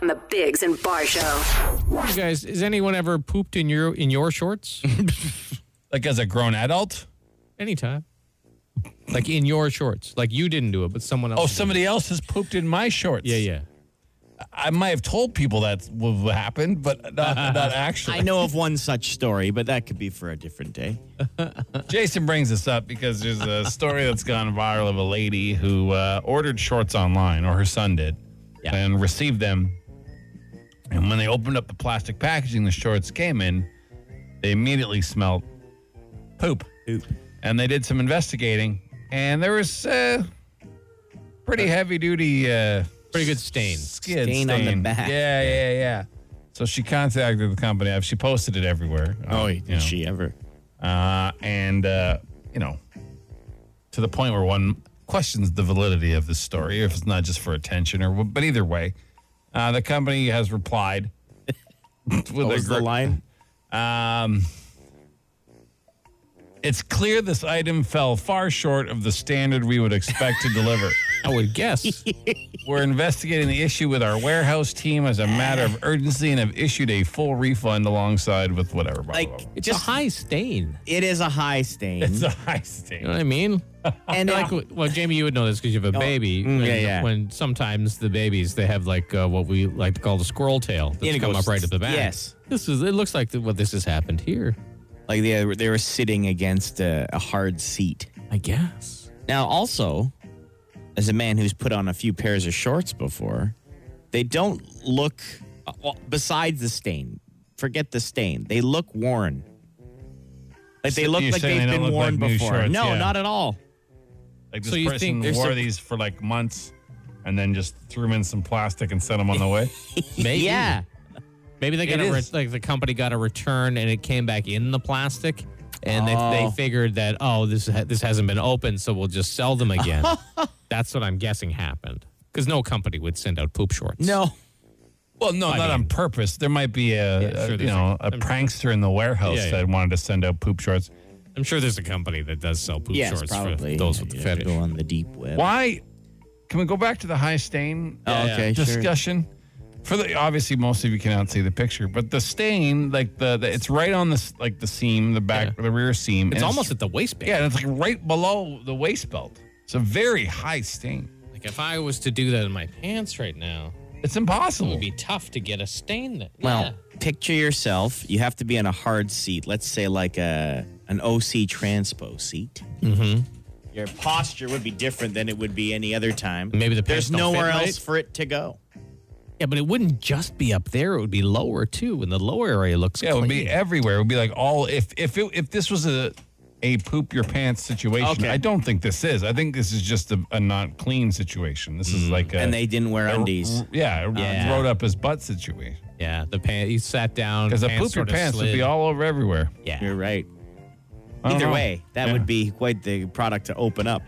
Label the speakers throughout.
Speaker 1: on the Bigs and Bar Show.
Speaker 2: You guys, has anyone ever pooped in your in your shorts?
Speaker 3: Like as a grown adult?
Speaker 2: Anytime. Like in your shorts. Like you didn't do it, but someone else.
Speaker 3: Oh,
Speaker 2: did.
Speaker 3: somebody else has pooped in my shorts.
Speaker 2: Yeah, yeah.
Speaker 3: I might have told people that w- happened, but not, not actually.
Speaker 4: I know of one such story, but that could be for a different day.
Speaker 3: Jason brings this up because there's a story that's gone viral of a lady who uh, ordered shorts online, or her son did,
Speaker 4: Yeah.
Speaker 3: and received them. And when they opened up the plastic packaging the shorts came in, they immediately smelled poop.
Speaker 4: Poop.
Speaker 3: And they did some investigating, and there was uh, pretty heavy duty. Uh,
Speaker 2: Pretty good stain.
Speaker 3: skid
Speaker 4: Stain on the back.
Speaker 3: Yeah, yeah, yeah. So she contacted the company. She posted it everywhere. uh, you know.
Speaker 4: Oh, did she ever?
Speaker 3: Uh, and uh, you know, to the point where one questions the validity of this story, if it's not just for attention or. what- But either way, uh, the company has replied. with
Speaker 4: What
Speaker 3: a
Speaker 4: was the
Speaker 3: gr-
Speaker 4: line?
Speaker 3: um, it's clear this item fell far short of the standard we would expect to deliver.
Speaker 2: I would guess.
Speaker 3: We're investigating the issue with our warehouse team as a matter of urgency and have issued a full refund alongside with whatever. Blah, blah,
Speaker 4: Like,
Speaker 3: blah.
Speaker 2: It's
Speaker 4: just
Speaker 2: a high stain.
Speaker 4: it is a high stain.
Speaker 3: it's a high stake.
Speaker 2: You know what I mean?
Speaker 4: and it-
Speaker 2: Like, well, Jamie, you would know this because you have a baby.
Speaker 4: Ah. mm,
Speaker 2: When-
Speaker 4: yeah, yeah.
Speaker 2: When sometimes the babies they have like uh, what we like to call the squirrel tail that's
Speaker 4: And it
Speaker 2: come
Speaker 4: goes-
Speaker 2: up right at the back.
Speaker 4: yes.
Speaker 2: This is. It looks like the, what this has happened here.
Speaker 4: like they were, they were sitting against a, a hard seat.
Speaker 2: I guess.
Speaker 4: Now, also, as a man who's put on a few pairs of shorts before, they don't look. uh, Well, besides the stain, forget the stain. They look worn. Like they
Speaker 3: So
Speaker 4: look
Speaker 3: you're
Speaker 4: like
Speaker 3: saying
Speaker 4: they've
Speaker 3: they don't look
Speaker 4: been worn
Speaker 3: like new
Speaker 4: before.
Speaker 3: shorts,
Speaker 4: no,
Speaker 3: yeah.
Speaker 4: not at all.
Speaker 3: Like this
Speaker 2: So you
Speaker 3: person
Speaker 2: think there's
Speaker 3: wore
Speaker 2: some-
Speaker 3: these for like months, and then just threw them in some plastic and sent them on the way.
Speaker 2: Maybe.
Speaker 4: Yeah.
Speaker 2: Maybe they got
Speaker 3: It
Speaker 2: a re-
Speaker 3: is.
Speaker 2: like the company got a return and it came back in the plastic, and they,
Speaker 4: Oh.
Speaker 2: they figured that oh this ha- this hasn't been opened, so we'll just sell them again. That's what I'm guessing happened because no company would send out poop shorts.
Speaker 4: No.
Speaker 3: well, no, not on purpose. There might be a, a-
Speaker 2: sure,
Speaker 3: you
Speaker 2: there's
Speaker 3: know
Speaker 2: a-
Speaker 3: a prankster in the warehouse
Speaker 2: Yeah, yeah.
Speaker 3: that wanted to send out poop shorts.
Speaker 2: I'm sure there's a company that does sell poop
Speaker 4: Yes,
Speaker 2: shorts
Speaker 4: probably.
Speaker 2: for those with the
Speaker 4: You'd have to
Speaker 2: fetish.
Speaker 4: Go on the deep web.
Speaker 3: Why? Can we go back to the high stain
Speaker 4: Oh,
Speaker 2: Yeah,
Speaker 4: okay. Sure.
Speaker 3: discussion? For the obviously, most of you cannot see the picture, but the stain, like the, the it's right on this like the seam, the back,
Speaker 2: Yeah.
Speaker 3: the rear seam. and
Speaker 2: It's almost at the waistband.
Speaker 3: Yeah, and it's like right below the waist belt. It's a very high stain.
Speaker 2: Like if I was to do that in my pants right now,
Speaker 3: It's
Speaker 2: it
Speaker 3: impossible.
Speaker 2: would be tough to get a stain there.
Speaker 4: Well,
Speaker 2: Yeah.
Speaker 4: picture yourself. You have to be on a hard seat. Let's say like a an OC transpo seat. Mm-hmm. Your posture would be different than it would be any other time.
Speaker 2: Maybe the pants
Speaker 4: there's
Speaker 2: don't
Speaker 4: nowhere
Speaker 2: fit right.
Speaker 4: else for it to go.
Speaker 2: yeah, but it wouldn't just be up there; it would be lower too, and the lower area looks.
Speaker 3: yeah, it would
Speaker 2: clean.
Speaker 3: be everywhere. It would be like all if if it, if this was a a poop your pants situation.
Speaker 4: Okay.
Speaker 3: I don't think this is. I think this is just a, a not clean situation. This
Speaker 2: Mm.
Speaker 3: is like a,
Speaker 4: and they didn't wear
Speaker 3: a-
Speaker 4: undies.
Speaker 3: Yeah, a
Speaker 2: Yeah.
Speaker 3: rolled up his butt situation.
Speaker 2: Yeah, the pants. You sat down
Speaker 3: Because a
Speaker 2: pants
Speaker 3: poop your
Speaker 2: sorta
Speaker 3: pants would
Speaker 2: slid.
Speaker 3: be all over everywhere.
Speaker 2: Yeah,
Speaker 4: You're right.
Speaker 3: I don't
Speaker 4: Either
Speaker 3: know.
Speaker 4: way, that
Speaker 3: Yeah.
Speaker 4: would be quite the product to open up.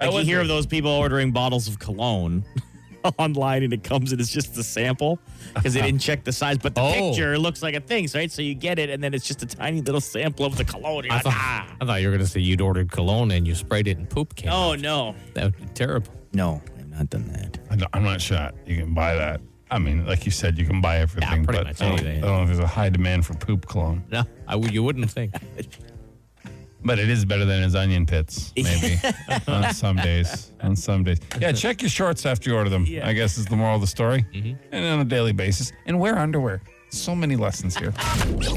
Speaker 3: That
Speaker 4: Like you
Speaker 3: would
Speaker 4: hear
Speaker 3: be.
Speaker 4: of those people ordering bottles of cologne online and it comes and it's just a sample because they didn't check the size, but the
Speaker 2: Oh.
Speaker 4: picture looks like a thing, right? So you get it and then it's just a tiny little sample of the cologne. You're
Speaker 2: I
Speaker 4: like,
Speaker 2: thought,
Speaker 4: "Ah."
Speaker 2: I thought you were gonna say you'd ordered cologne and you sprayed it in poop came.
Speaker 4: Oh no.
Speaker 2: that would be terrible.
Speaker 4: No, I've not done that.
Speaker 3: I don't- I'm not sure you can buy that. I mean, like you said, you can buy everything,
Speaker 2: pretty
Speaker 3: but
Speaker 2: much
Speaker 3: I, don't,
Speaker 2: anything.
Speaker 3: I don't know if there's a high demand for poop cologne.
Speaker 2: No, I w- you wouldn't think.
Speaker 3: But it is better than his onion pits, maybe. on some days. On some days. Yeah, check your shorts after you order them, I guess is the moral of the story.
Speaker 2: Mm-hmm.
Speaker 3: And on a daily basis. And wear underwear. So many lessons here.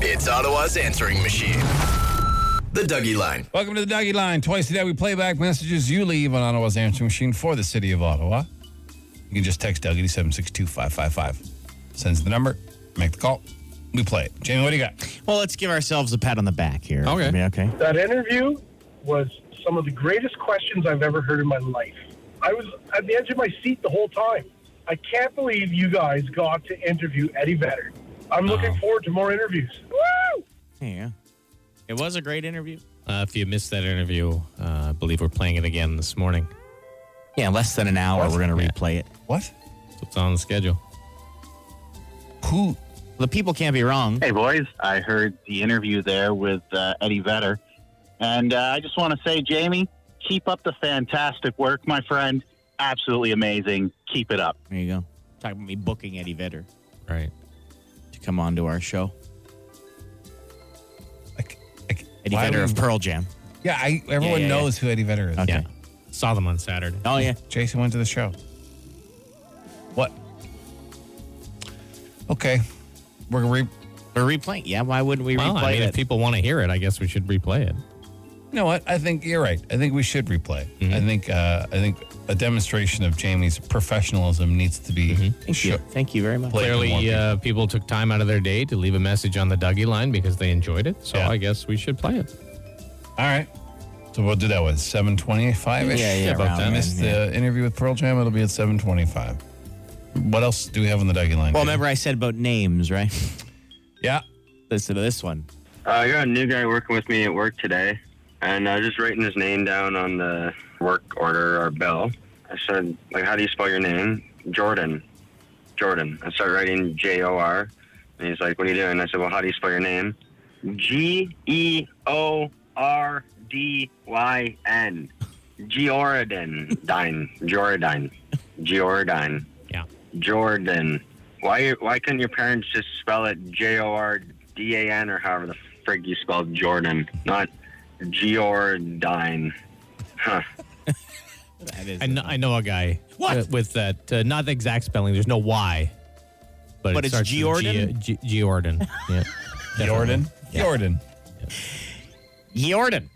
Speaker 5: It's Ottawa's answering machine. The Dougie Line.
Speaker 3: Welcome to the Doggy Line. Twice a day we play back messages you leave on Ottawa's answering machine for the city of Ottawa. You can just text Dougie to 762-555. Sends the number, make the call, we play it. Jamie, what do you got?
Speaker 4: Well, let's give ourselves a pat on the back here.
Speaker 2: Okay.
Speaker 4: I mean, okay.
Speaker 6: That interview was some of the greatest questions I've ever heard in my life. I was at the edge of my seat the whole time. I can't believe you guys got to interview Eddie Vedder. I'm looking forward to more interviews. Woo!
Speaker 4: Yeah. It was a great interview.
Speaker 2: Uh, if you missed that interview, uh, I believe we're playing it again this morning.
Speaker 4: Yeah, in less than an hour,
Speaker 3: What?
Speaker 4: we're going to replay it.
Speaker 3: What?
Speaker 2: So it's on the schedule.
Speaker 3: Who
Speaker 4: The people can't be wrong.
Speaker 7: Hey, boys. I heard the interview there with uh, Eddie Vedder. And uh, I just want to say, Jamie, keep up the fantastic work, my friend. Absolutely amazing. Keep it up.
Speaker 4: There you go. Talking about me booking Eddie Vedder
Speaker 2: Right.
Speaker 4: to come on to our show.
Speaker 3: Like, like,
Speaker 4: Eddie
Speaker 3: why
Speaker 4: Vedder
Speaker 3: would-
Speaker 4: of Pearl Jam.
Speaker 3: Yeah, I, everyone
Speaker 4: yeah, yeah.
Speaker 3: knows who Eddie Vedder is.
Speaker 4: Okay.
Speaker 2: Yeah. Saw them on Saturday.
Speaker 4: Oh yeah.
Speaker 3: Jason went to the show. What? Okay. We're going to re.
Speaker 4: We're replaying. Yeah, why wouldn't we
Speaker 2: Well,
Speaker 4: replay
Speaker 2: I mean,
Speaker 4: it?
Speaker 2: if people want to hear it, I guess we should replay it.
Speaker 3: You know what? I think you're right. I think we should replay.
Speaker 4: Mm-hmm.
Speaker 3: I think uh, I think a demonstration of Jamie's professionalism needs to be
Speaker 4: Mm-hmm. Thank you.
Speaker 3: sho-
Speaker 4: Thank you very much.
Speaker 3: Play-
Speaker 2: Clearly,
Speaker 3: more people.
Speaker 2: Uh, people took time out of their day to leave a message on the Dougie line because they enjoyed it. So
Speaker 3: Yeah.
Speaker 2: I guess we should play it.
Speaker 3: All right. So we'll do that with 725 ish.
Speaker 4: Yeah, yeah,
Speaker 3: About
Speaker 4: around
Speaker 3: that.
Speaker 4: then,
Speaker 3: missed the interview with Pearl Jam. It'll be at 725. What else do we have on the Dougie line?
Speaker 4: Well, remember I said about names, right?
Speaker 3: Yeah.
Speaker 4: Listen to this one.
Speaker 8: Uh, I got a new guy working with me at work today, and I was just writing his name down on the work order or bell. I said, like, how do you spell your name? Jordan. Jordan. I started writing J O R, and he's like, what are you doing? I said, well, how do you spell your name? G E O R D Y N. Jordan. Dine. Jordan. Jordan.
Speaker 2: Yeah.
Speaker 8: Jordan. Why why couldn't your parents just spell it J O R D A N or however the frig you spelled Jordan, not Giordine? Huh.
Speaker 4: That is
Speaker 2: I know, I know a guy
Speaker 4: What?
Speaker 2: uh, with that, uh, not the exact spelling. There's no Y, but,
Speaker 4: But it's
Speaker 2: starts with
Speaker 4: Giordin?
Speaker 2: G- G- Giordin. Yeah. Definitely.
Speaker 3: Jordan. Jordan.
Speaker 4: Jordan.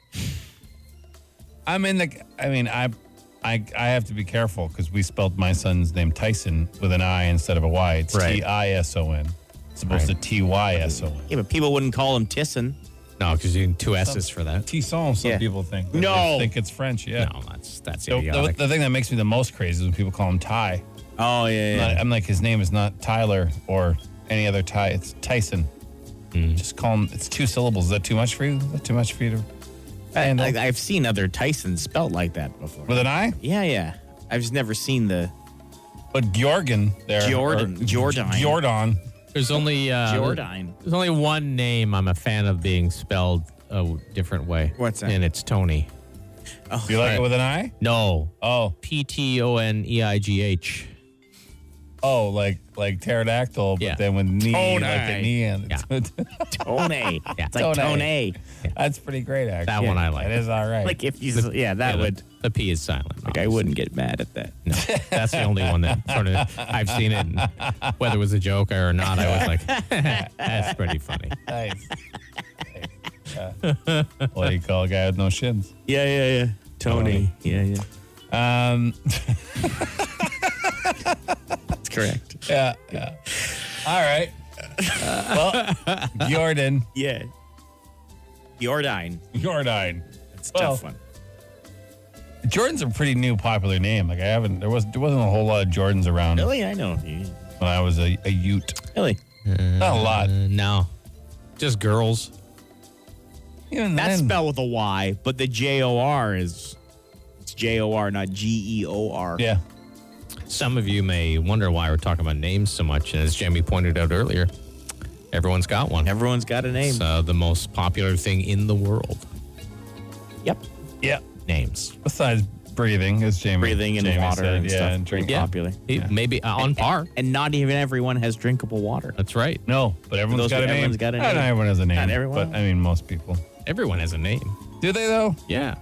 Speaker 3: I'm in the. I mean, I, I, I have to be careful because we spelled my son's name Tyson with an I instead of a Y. It's
Speaker 2: Right.
Speaker 3: T I S O N. It's supposed to T Y S O N.
Speaker 4: Yeah, but people wouldn't call him Tissin.
Speaker 2: No, because you need two S's for that.
Speaker 3: Tisson. Some
Speaker 4: Yeah.
Speaker 3: people think.
Speaker 4: No.
Speaker 3: They think it's French. Yeah.
Speaker 2: No, that's that's
Speaker 3: So the,
Speaker 2: idiotic.
Speaker 3: the thing that makes me the most crazy is when people call him Ty.
Speaker 4: Oh yeah,
Speaker 3: Not- I'm like, his name is not Tyler or any other Ty. It's Tyson.
Speaker 4: Hmm.
Speaker 3: Just call him. It's two syllables. Is that too much for you? Is that too much for you to handle?
Speaker 4: I, I've seen other Tysons spelt like that before.
Speaker 3: with an I?
Speaker 4: yeah, yeah. I've just never seen the
Speaker 3: But Georgen there.
Speaker 4: Jordan-
Speaker 3: or-
Speaker 4: Jordan.
Speaker 3: Jordan.
Speaker 2: There's only uh,
Speaker 4: Jordan.
Speaker 2: There's only one name I'm a fan of being spelled a different way.
Speaker 4: What's that?
Speaker 2: And it's Tony.
Speaker 3: You like it with an I?
Speaker 2: No,
Speaker 3: Oh,
Speaker 2: P T O N E I G H.
Speaker 3: oh, like like pterodactyl, but
Speaker 2: Yeah.
Speaker 3: then with knee,
Speaker 2: Tony.
Speaker 3: like the knee and
Speaker 2: Yeah.
Speaker 4: Tone. It's like
Speaker 3: Tone.
Speaker 4: Tone.
Speaker 3: that's pretty great. Actually,
Speaker 2: That one I like.
Speaker 3: It is all right.
Speaker 4: Like if you, yeah, that
Speaker 2: Yeah,
Speaker 4: would.
Speaker 2: the, the P is silent.
Speaker 4: Like I wouldn't get mad at that.
Speaker 2: No, that's the only one that sort of I've seen it. And whether it was a joke or not, I was like, that's pretty funny.
Speaker 3: nice. Nice. Yeah. what do you call a guy with no shins?
Speaker 4: Yeah, yeah, yeah. Tony. Yeah, yeah.
Speaker 3: Um,
Speaker 4: That's correct.
Speaker 3: yeah, yeah. All right. well, Jordan,
Speaker 4: Yeah. Jordan.
Speaker 3: Jordan.
Speaker 4: That's a
Speaker 3: Well,
Speaker 4: tough one.
Speaker 3: Jordan's a pretty new popular name. Like I haven't, there was there wasn't a whole lot of Jordans around
Speaker 4: Really, I know. you.
Speaker 3: when I was a, a Ute.
Speaker 4: Really.
Speaker 3: Not a lot.
Speaker 2: Uh, no, just girls.
Speaker 3: Even
Speaker 4: That's
Speaker 3: then,
Speaker 4: spelled with a Y, but the J O R is it's J O R, not G E O R.
Speaker 3: Yeah.
Speaker 2: Some of you may wonder why we're talking about names so much. And as Jamie pointed out earlier, everyone's got one.
Speaker 4: Everyone's got a name.
Speaker 2: It's uh, the most popular thing in the world
Speaker 4: Yep.
Speaker 3: Yeah.
Speaker 2: names.
Speaker 3: Besides breathing, as Jamie
Speaker 4: Breathing and
Speaker 3: Jamie
Speaker 4: water
Speaker 3: said,
Speaker 4: and
Speaker 3: yeah,
Speaker 4: stuff.
Speaker 3: and drinking.
Speaker 4: Yeah. Popular.
Speaker 2: It- Maybe uh, on par.
Speaker 4: And not even everyone has drinkable water.
Speaker 2: That's right.
Speaker 3: No, but everyone's
Speaker 4: those-
Speaker 3: got a name.
Speaker 4: everyone's got a
Speaker 3: I don't
Speaker 4: name.
Speaker 3: know everyone has a name.
Speaker 4: Not everyone.
Speaker 3: But I mean, most people.
Speaker 2: Everyone has a name.
Speaker 3: Do they though?
Speaker 2: Yeah.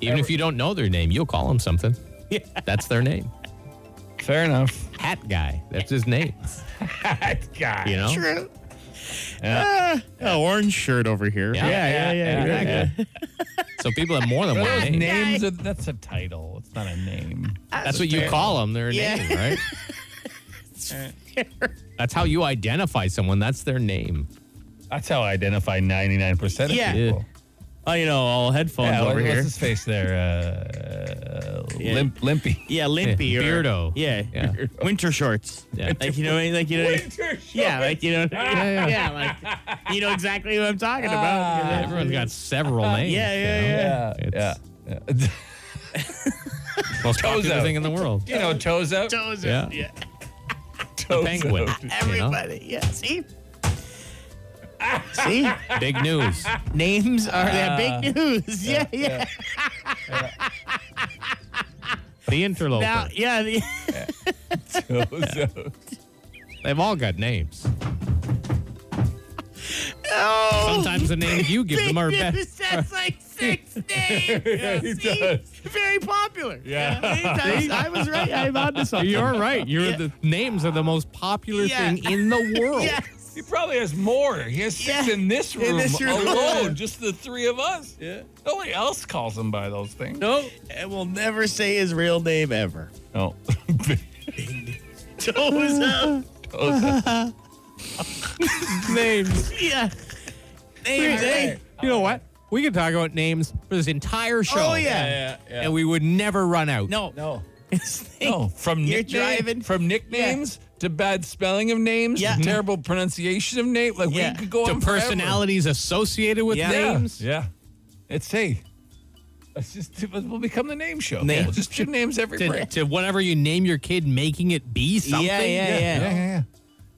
Speaker 2: Even if you don't know their name, you'll call them something. Yeah. That's their name.
Speaker 3: Fair enough.
Speaker 2: Hat guy. That's his name.
Speaker 3: God.
Speaker 2: You know?
Speaker 4: orange shirt over here.
Speaker 2: Yeah.
Speaker 4: yeah, yeah. yeah, yeah.
Speaker 2: So people have more than one
Speaker 3: Those
Speaker 2: name.
Speaker 3: names, are, that's a title. It's not a name.
Speaker 2: That's what you call them. Their name, right? That's how you identify someone. That's their name.
Speaker 3: That's how I identify 99% of
Speaker 4: Yeah.
Speaker 3: people.
Speaker 4: Oh, you know, all headphones
Speaker 3: Yeah, what,
Speaker 4: over
Speaker 3: what's
Speaker 4: here.
Speaker 3: his face there? Uh,
Speaker 4: Yeah.
Speaker 3: Limp, limpy.
Speaker 4: Yeah, limpy
Speaker 2: Yeah,
Speaker 4: or
Speaker 2: beardo.
Speaker 4: Yeah,
Speaker 2: Yeah.
Speaker 4: winter shorts.
Speaker 2: Yeah.
Speaker 4: like you know, like you know, yeah, like you know, yeah, like you know exactly what I'm talking about.
Speaker 3: Ah.
Speaker 2: Everyone's got several names.
Speaker 4: Uh, yeah,
Speaker 2: you
Speaker 4: yeah,
Speaker 2: know?
Speaker 3: Yeah, yeah.
Speaker 2: It's-
Speaker 3: yeah.
Speaker 2: Most popular
Speaker 3: out.
Speaker 2: thing in the world.
Speaker 3: you know, toes out.
Speaker 4: Toes
Speaker 2: Yeah.
Speaker 4: up, yeah,
Speaker 3: Toes
Speaker 2: Penguin.
Speaker 3: out.
Speaker 2: you know?
Speaker 4: everybody, yeah. See, see,
Speaker 2: Big news.
Speaker 4: Ah. names are that big news. Yeah, yeah.
Speaker 2: The interloper.
Speaker 4: Now, yeah, the-
Speaker 2: They've all got names. Sometimes the names you give them are
Speaker 4: Oh! Big
Speaker 2: better.
Speaker 4: News has like six names.
Speaker 3: he
Speaker 4: See?
Speaker 3: does.
Speaker 4: Very popular.
Speaker 3: Yeah.
Speaker 4: I, I was right. I'm onto something.
Speaker 2: You're right. You're
Speaker 4: Yeah.
Speaker 2: the names are the most popular
Speaker 4: Yeah.
Speaker 2: thing in the world.
Speaker 4: Yes.
Speaker 3: He probably has more. He has six
Speaker 4: Yeah.
Speaker 3: in this room,
Speaker 4: In this room.
Speaker 3: alone, just the three of us. Yeah. Nobody else calls him by those things.
Speaker 4: Nope. And we'll never say his real name ever.
Speaker 3: No.
Speaker 4: Toes up.
Speaker 2: Names.
Speaker 4: Yeah. Names, eh?
Speaker 2: You know what? We could talk about names for this entire show.
Speaker 4: Oh, yeah.
Speaker 2: And we would never run out.
Speaker 4: No.
Speaker 3: No.
Speaker 4: His name-
Speaker 3: No. From
Speaker 4: You're
Speaker 3: nickname-
Speaker 4: driving.
Speaker 3: from nicknames to bad spelling of names,
Speaker 4: Yeah.
Speaker 3: to terrible pronunciation of name. Like
Speaker 4: Yeah.
Speaker 3: we could go
Speaker 2: To
Speaker 3: on forever.
Speaker 2: personalities associated with
Speaker 4: Yeah.
Speaker 2: names.
Speaker 3: Yeah. yeah. It's hey. Let's just we'll become the name show.
Speaker 4: Name.
Speaker 3: We'll just do names every
Speaker 2: To,
Speaker 3: break.
Speaker 2: to whatever you name your kid, making it be
Speaker 4: Yeah,
Speaker 2: something.
Speaker 4: yeah, yeah.
Speaker 3: yeah, yeah, yeah.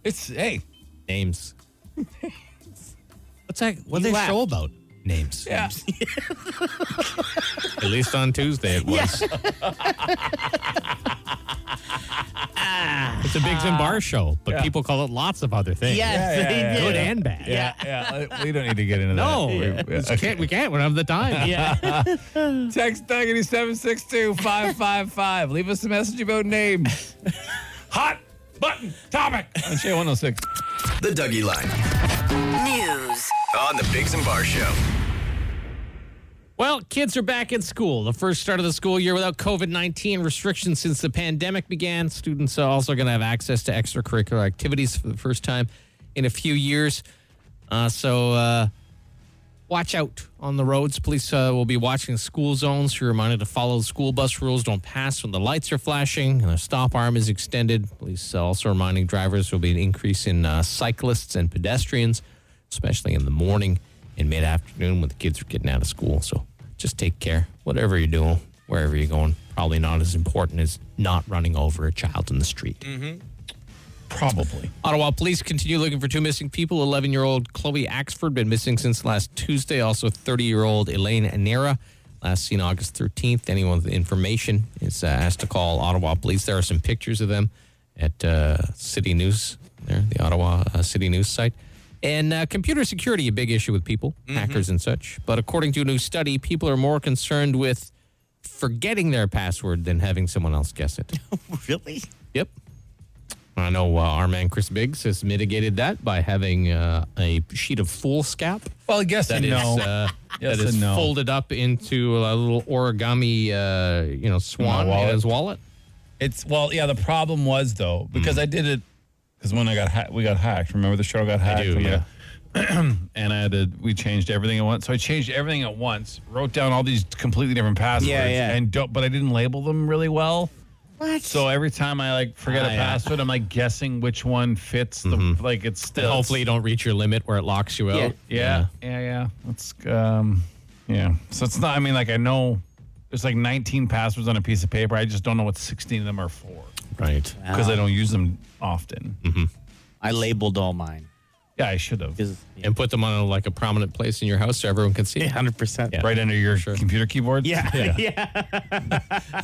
Speaker 3: It's hey.
Speaker 2: Names. What's that? What's
Speaker 4: You
Speaker 2: that
Speaker 4: laughed.
Speaker 2: show about? Names.
Speaker 3: Yeah.
Speaker 2: At least on Tuesday it was. it's a Big and Bar show, but people call it lots of other things.
Speaker 4: Yes,
Speaker 3: Yeah, yeah,
Speaker 4: they
Speaker 3: yeah,
Speaker 4: did.
Speaker 2: Good and bad.
Speaker 3: Yeah, yeah. We don't need to get into
Speaker 2: No,
Speaker 3: that. uh,
Speaker 2: we, can't, we can't. We don't have the time.
Speaker 4: Yeah.
Speaker 3: Text Duggity 762-555. Leave us a message about names. Hot button topic on oh Shay 106.
Speaker 5: The Dougie Line
Speaker 1: News.
Speaker 5: on the Bigs and Bar Show.
Speaker 2: Well, kids are back in school. The first start of the school year without COVID 19 restrictions since the pandemic began. Students are also going to have access to extracurricular activities for the first time in a few years. Uh, so uh, watch out on the roads. Police uh, will be watching school zones. You're reminded to follow the school bus rules. Don't pass when the lights are flashing and the stop arm is extended. Police uh, also reminding drivers there will be an increase in uh, cyclists and pedestrians, especially in the morning and mid afternoon when the kids are getting out of school. So just take care. Whatever you're doing, wherever you're going, probably not as important as not running over a child in the street.
Speaker 3: Probably.
Speaker 2: Ottawa police continue looking for two missing people. 11 year old Chloe Axford, been missing since last Tuesday. Also, 30 year old Elaine Anera, last seen August 13th. Anyone with information is uh, asked to call Ottawa police. There are some pictures of them at uh, City News, there, the Ottawa uh, City News site. And uh, computer security, a big issue with people, hackers and such. But according to a new study, people are more concerned with forgetting their password than having someone else guess it.
Speaker 4: really?
Speaker 2: Yep. I know uh, our man Chris Biggs has mitigated that by having uh, a sheet of foolscap
Speaker 3: Well, I guess
Speaker 2: that
Speaker 3: you
Speaker 2: is
Speaker 3: know.
Speaker 2: uh,
Speaker 3: Yes
Speaker 2: that is
Speaker 3: and no.
Speaker 2: folded up into a little origami, uh, you know, swan
Speaker 3: wallet.
Speaker 2: in his wallet.
Speaker 3: It's well, yeah. The problem was though because I did it because when I got ha- we got hacked. Remember the show got hacked.
Speaker 2: do,
Speaker 3: When
Speaker 2: yeah.
Speaker 3: got- and I had to we changed everything at once. So I changed everything at once. Wrote down all these completely different passwords.
Speaker 4: Yeah, yeah.
Speaker 3: And don't, but I didn't label them really well.
Speaker 4: What?
Speaker 3: So every time I like forget
Speaker 2: Ah,
Speaker 3: a
Speaker 2: yeah.
Speaker 3: password, I'm like guessing which one fits the like it's still.
Speaker 2: Hopefully, you don't reach your limit where it locks you out.
Speaker 4: Yeah.
Speaker 3: Yeah, yeah, yeah. That's um, yeah. So it's not. I mean, like I know there's like 19 passwords on a piece of paper. I just don't know what 16 of them are for
Speaker 2: Right.
Speaker 3: because I don't use them often.
Speaker 4: I labeled all mine.
Speaker 3: Yeah, I should have.
Speaker 4: 'Cause-
Speaker 2: And put them on a, like a prominent place in your house so everyone can see.
Speaker 4: Yeah, 100%.
Speaker 2: Yeah.
Speaker 3: Right under your computer keyboard.
Speaker 4: Yeah.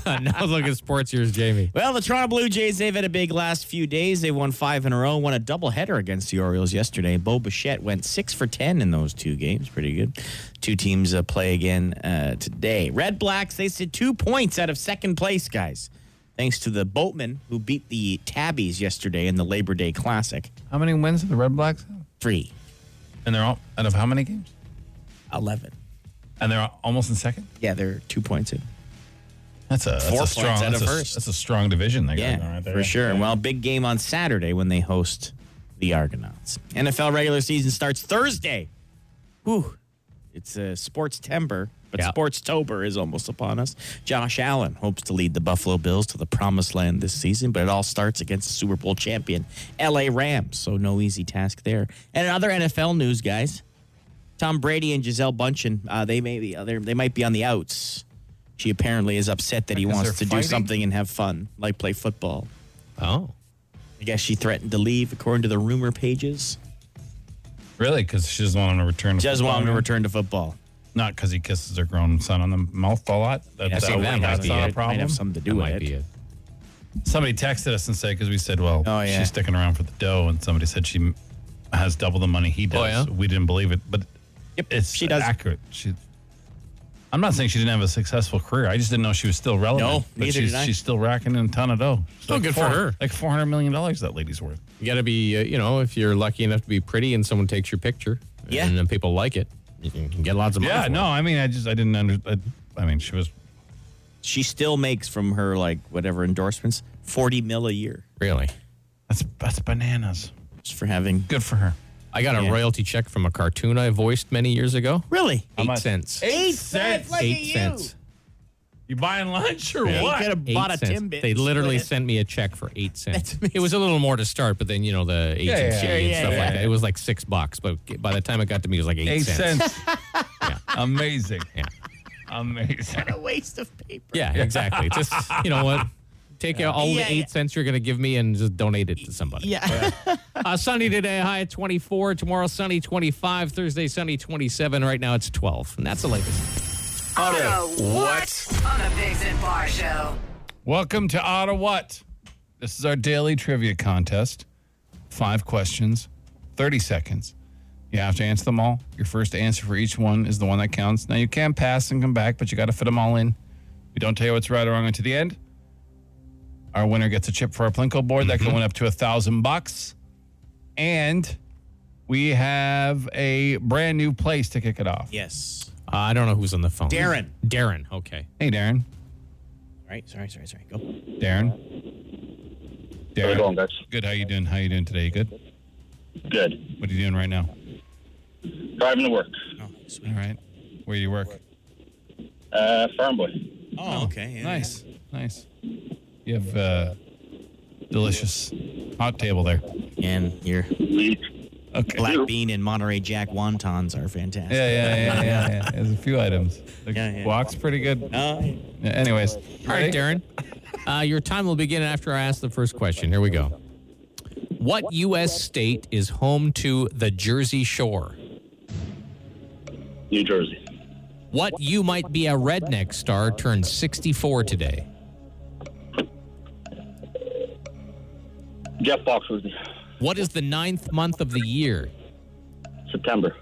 Speaker 2: now look at sports years, Jamie.
Speaker 4: Well, the Toronto Blue Jays, they've had a big last few days. They won five in a row, won a doubleheader against the Orioles yesterday. Bo Bichette went six for 10 in those two games. Pretty good. Two teams uh, play again uh, today. Red Blacks, they sit two points out of second place, guys, thanks to the Boatmen who beat the Tabbies yesterday in the Labor Day Classic.
Speaker 3: How many wins do the Red Blacks have?
Speaker 4: Three,
Speaker 3: And they're all out of how many games?
Speaker 4: 11.
Speaker 3: And they're al- almost in second.
Speaker 4: Yeah, they're two points in.
Speaker 3: That's a that's
Speaker 4: Four
Speaker 3: a
Speaker 4: points
Speaker 3: strong.
Speaker 4: out
Speaker 3: that's,
Speaker 4: of
Speaker 3: a,
Speaker 4: first.
Speaker 3: that's a strong division. They got going
Speaker 4: Yeah,
Speaker 3: right there.
Speaker 4: for sure. Well, big game on Saturday when they host the Argonauts. NFL regular season starts Thursday. Whew. It's uh, sports timber, but
Speaker 2: Yeah.
Speaker 4: sports tober is almost upon us. Josh Allen hopes to lead the Buffalo Bills to the promised land this season, but it all starts against the Super Bowl champion LA Rams, so no easy task there. And in other NFL news, guys, Tom Brady and Giselle Bundchen, uh, they may be uh, they're- they might be on the outs. She apparently is upset that he
Speaker 3: Because
Speaker 4: wants to
Speaker 3: they're
Speaker 4: do
Speaker 3: fighting?
Speaker 4: something and have fun, like play football.
Speaker 2: Oh.
Speaker 4: I guess she threatened to leave, according to the rumor pages.
Speaker 3: Really, because she doesn't want him to return. To
Speaker 4: She doesn't
Speaker 3: football
Speaker 4: want him to
Speaker 3: now?
Speaker 4: return to football.
Speaker 3: Not because he kisses her grown son on the mouth a lot. That,
Speaker 4: I
Speaker 3: that,
Speaker 4: think that might
Speaker 3: that's
Speaker 4: be
Speaker 3: not
Speaker 4: it.
Speaker 3: a problem.
Speaker 4: Might have something to do
Speaker 2: That
Speaker 4: with
Speaker 2: might
Speaker 4: it.
Speaker 2: be it.
Speaker 3: Somebody texted us and said because we said, "Well,
Speaker 4: Oh, yeah.
Speaker 3: she's sticking around for the dough," and somebody said she m- has double the money he does.
Speaker 2: Oh, yeah?
Speaker 3: We didn't believe it, but
Speaker 4: Yep,
Speaker 3: it's
Speaker 4: she does.
Speaker 3: accurate. She, I'm not saying she didn't have a successful career. I just didn't know she was still relevant.
Speaker 4: No,
Speaker 3: but
Speaker 4: neither
Speaker 3: she's,
Speaker 4: did I.
Speaker 3: she's still racking in a ton of dough.
Speaker 2: Still good for her.
Speaker 3: Like four hundred million dollars that lady's worth.
Speaker 2: You got to be, uh, you know, if you're lucky enough to be pretty and someone takes your picture,
Speaker 4: Yeah.
Speaker 2: and then people like it, you can get lots of money.
Speaker 3: Yeah,
Speaker 2: for
Speaker 3: no,
Speaker 2: it.
Speaker 3: I mean, I just I didn't under. I, I mean, she was
Speaker 4: She still makes from her like whatever endorsements forty mil a year
Speaker 2: really.
Speaker 3: that's that's bananas.
Speaker 4: just for having.
Speaker 3: Good for her.
Speaker 2: I got a
Speaker 4: Yeah.
Speaker 2: royalty check from a cartoon I voiced many years ago.
Speaker 4: Really?
Speaker 2: Eight
Speaker 3: much?
Speaker 2: cents.
Speaker 3: Eight
Speaker 4: cents, like-
Speaker 2: Eight
Speaker 4: at you.
Speaker 2: cents.
Speaker 3: you buying lunch or
Speaker 4: You
Speaker 3: what?
Speaker 4: could have bought a
Speaker 2: Eight cents.
Speaker 4: Timbit.
Speaker 2: They literally
Speaker 4: Split
Speaker 2: sent me a check for eight cents.
Speaker 4: amazing.
Speaker 2: It was a little more to start, but then you know the agency
Speaker 3: yeah, yeah,
Speaker 2: and
Speaker 4: yeah,
Speaker 2: stuff
Speaker 4: yeah.
Speaker 2: like that. It was like six bucks, but by the time it got to me, it was like eight,
Speaker 3: Eight
Speaker 2: cents.
Speaker 3: cents. Amazing. Amazing.
Speaker 4: it. a waste of paper.
Speaker 2: Yeah, exactly. Just you know what? Take out all
Speaker 4: Yeah,
Speaker 2: the eight
Speaker 4: yeah.
Speaker 2: cents you're going to give me and just donate it to somebody.
Speaker 4: Yeah.
Speaker 2: Uh, sunny today, high at 24. Tomorrow, sunny 25. Thursday, sunny 27. Right now, it's 12. And that's the latest.
Speaker 5: Auto what?
Speaker 1: On the Bigs and Bar Show.
Speaker 3: Welcome to Ottawa. What? This is our daily trivia contest. Five questions, 30 seconds. You have to answer them all. Your first answer for each one is the one that counts. Now, you can pass and come back, but you got to fit them all in. We don't tell you what's right or wrong until the end. Our winner gets a chip for our Plinko board that can win up to a thousand bucks. And we have a brand new place to kick it off.
Speaker 4: yes.
Speaker 2: Uh, I don't know who's on the phone.
Speaker 4: Darren.
Speaker 2: Darren. Okay.
Speaker 3: Hey, Darren.
Speaker 4: Right. Sorry. Sorry. Sorry. Go.
Speaker 3: Darren. Darren.
Speaker 9: How's it going, guys?
Speaker 3: Good. How you doing? How you doing today? You good?
Speaker 9: Good.
Speaker 3: What are you doing right now?
Speaker 9: Driving to work.
Speaker 4: Oh, sweet.
Speaker 3: All right. Where do you work?
Speaker 9: Uh, farm boy.
Speaker 4: Oh, okay. Yeah,
Speaker 3: Nice. Nice. You have uh delicious hot table there.
Speaker 4: yeah. And your
Speaker 9: We
Speaker 3: Okay. Yeah,
Speaker 4: black bean and Monterey Jack wontons are fantastic.
Speaker 3: yeah, yeah, yeah, yeah. There's a few items. The
Speaker 4: Yeah, yeah.
Speaker 3: walk's pretty good.
Speaker 4: Uh,
Speaker 3: Yeah, anyways.
Speaker 2: All right, Darren. Uh, your time will begin after I ask the first question. Here we go. What U.S. state is home to the Jersey Shore?
Speaker 9: New Jersey.
Speaker 2: What you might be a redneck star turned 64 today?
Speaker 9: Jeff Fox was me.
Speaker 2: What is the ninth month of the year?
Speaker 9: September.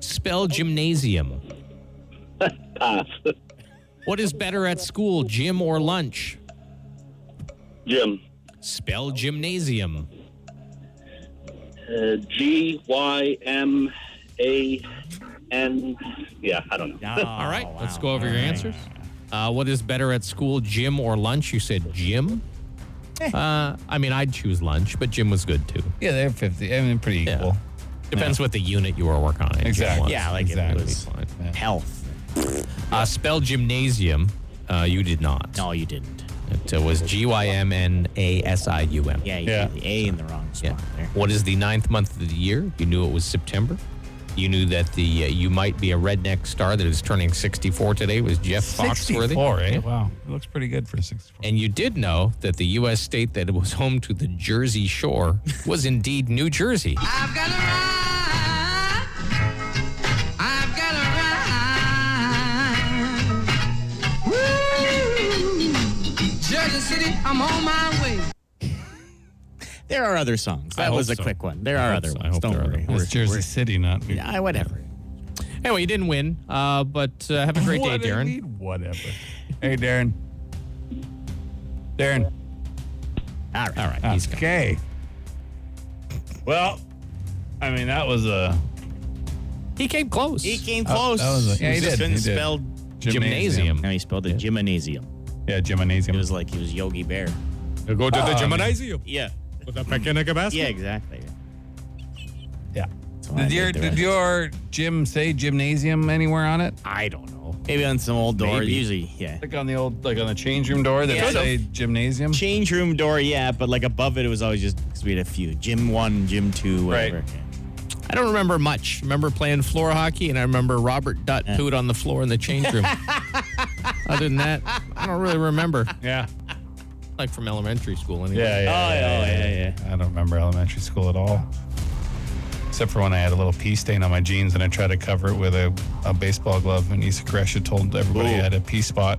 Speaker 2: Spell gymnasium.
Speaker 9: Pass.
Speaker 2: What is better at school, gym or lunch?
Speaker 9: Jim.
Speaker 2: Spell gymnasium.
Speaker 9: Uh, G Y M A N. Yeah, I don't know.
Speaker 4: Oh,
Speaker 2: Oh, All right, let's go over your answers. Uh, what is better at school, gym or lunch? You said gym. Uh, I mean, I'd choose lunch, but gym was good too.
Speaker 3: Yeah, they're 50. I mean, pretty equal.
Speaker 2: Depends what the unit you were working on. Gym
Speaker 3: Exactly.
Speaker 2: was.
Speaker 4: Yeah, like if
Speaker 3: Exactly.
Speaker 4: it was
Speaker 3: Yeah.
Speaker 4: health.
Speaker 2: Uh, spell gymnasium. Uh, you did not.
Speaker 4: No, you didn't.
Speaker 2: It uh, was G Y M N A S I U M.
Speaker 4: Yeah, you
Speaker 3: Yeah.
Speaker 4: got the A in the wrong spot there.
Speaker 2: What is the ninth month of the year? You knew it was September. You knew that the uh, you might be a redneck star that is turning 64 today was Jeff Foxworthy.
Speaker 3: 64, eh? Wow. It looks pretty good for a 64.
Speaker 2: And you did know that the U.S. state that was home to the Jersey Shore was indeed New Jersey.
Speaker 1: I've got a ride. I've got a ride. Woo. Jersey City, I'm on my way.
Speaker 4: There are other songs. That
Speaker 2: hope
Speaker 4: was a
Speaker 2: so.
Speaker 4: quick one. There are other
Speaker 2: so. I
Speaker 4: ones.
Speaker 2: hope
Speaker 4: Don't
Speaker 2: there are
Speaker 4: worry.
Speaker 2: other
Speaker 3: It's Jersey City, not New
Speaker 4: Yeah, whatever.
Speaker 2: Anyway, you didn't win, uh, but uh, have a great day,
Speaker 3: What do you
Speaker 2: Darren.
Speaker 3: mean, Whatever. Hey, Darren. Darren.
Speaker 4: All right.
Speaker 2: All right, he's gone.
Speaker 3: Okay. Well, I mean that was a
Speaker 2: He came close.
Speaker 4: He came
Speaker 3: Oh,
Speaker 4: close.
Speaker 3: that was a- yeah, he
Speaker 4: He just
Speaker 3: did,
Speaker 4: couldn't
Speaker 3: he did.
Speaker 4: spell.
Speaker 2: gymnasium.
Speaker 4: No, he spelled it gymnasium.
Speaker 3: Yeah,
Speaker 4: It
Speaker 3: gymnasium. Um,
Speaker 4: was like he was Yogi Bear.
Speaker 2: Go to the gymnasium
Speaker 4: Yeah.
Speaker 2: with a mechanic basket.
Speaker 4: Yeah, exactly.
Speaker 3: yeah.
Speaker 4: That's what I
Speaker 3: Did your
Speaker 4: there.
Speaker 3: did your gym say gymnasium anywhere on it?
Speaker 2: I don't know.
Speaker 4: Maybe on some old door.
Speaker 2: Maybe.
Speaker 4: Usually, yeah.
Speaker 3: Like on the old like on the change room door that
Speaker 4: Yeah.
Speaker 3: say gymnasium.
Speaker 4: Change room door, yeah, but like above it, it was always just because we had a few. Gym one, gym two, whatever.
Speaker 3: Right.
Speaker 2: I don't remember much. I remember playing floor hockey, and I remember Robert Dutt pooed on the floor in the change room. Other than that, I don't really remember.
Speaker 3: Yeah.
Speaker 2: Like from elementary school,
Speaker 3: Yeah.
Speaker 2: anyway.
Speaker 3: Yeah.
Speaker 4: Oh, yeah,
Speaker 3: yeah,
Speaker 4: yeah, yeah.
Speaker 3: I don't remember elementary school at all. Except for when I had a little pee stain on my jeans and I tried to cover it with a, a baseball glove. And Issa Koresha told everybody
Speaker 4: Ooh.
Speaker 3: I had a pee spot.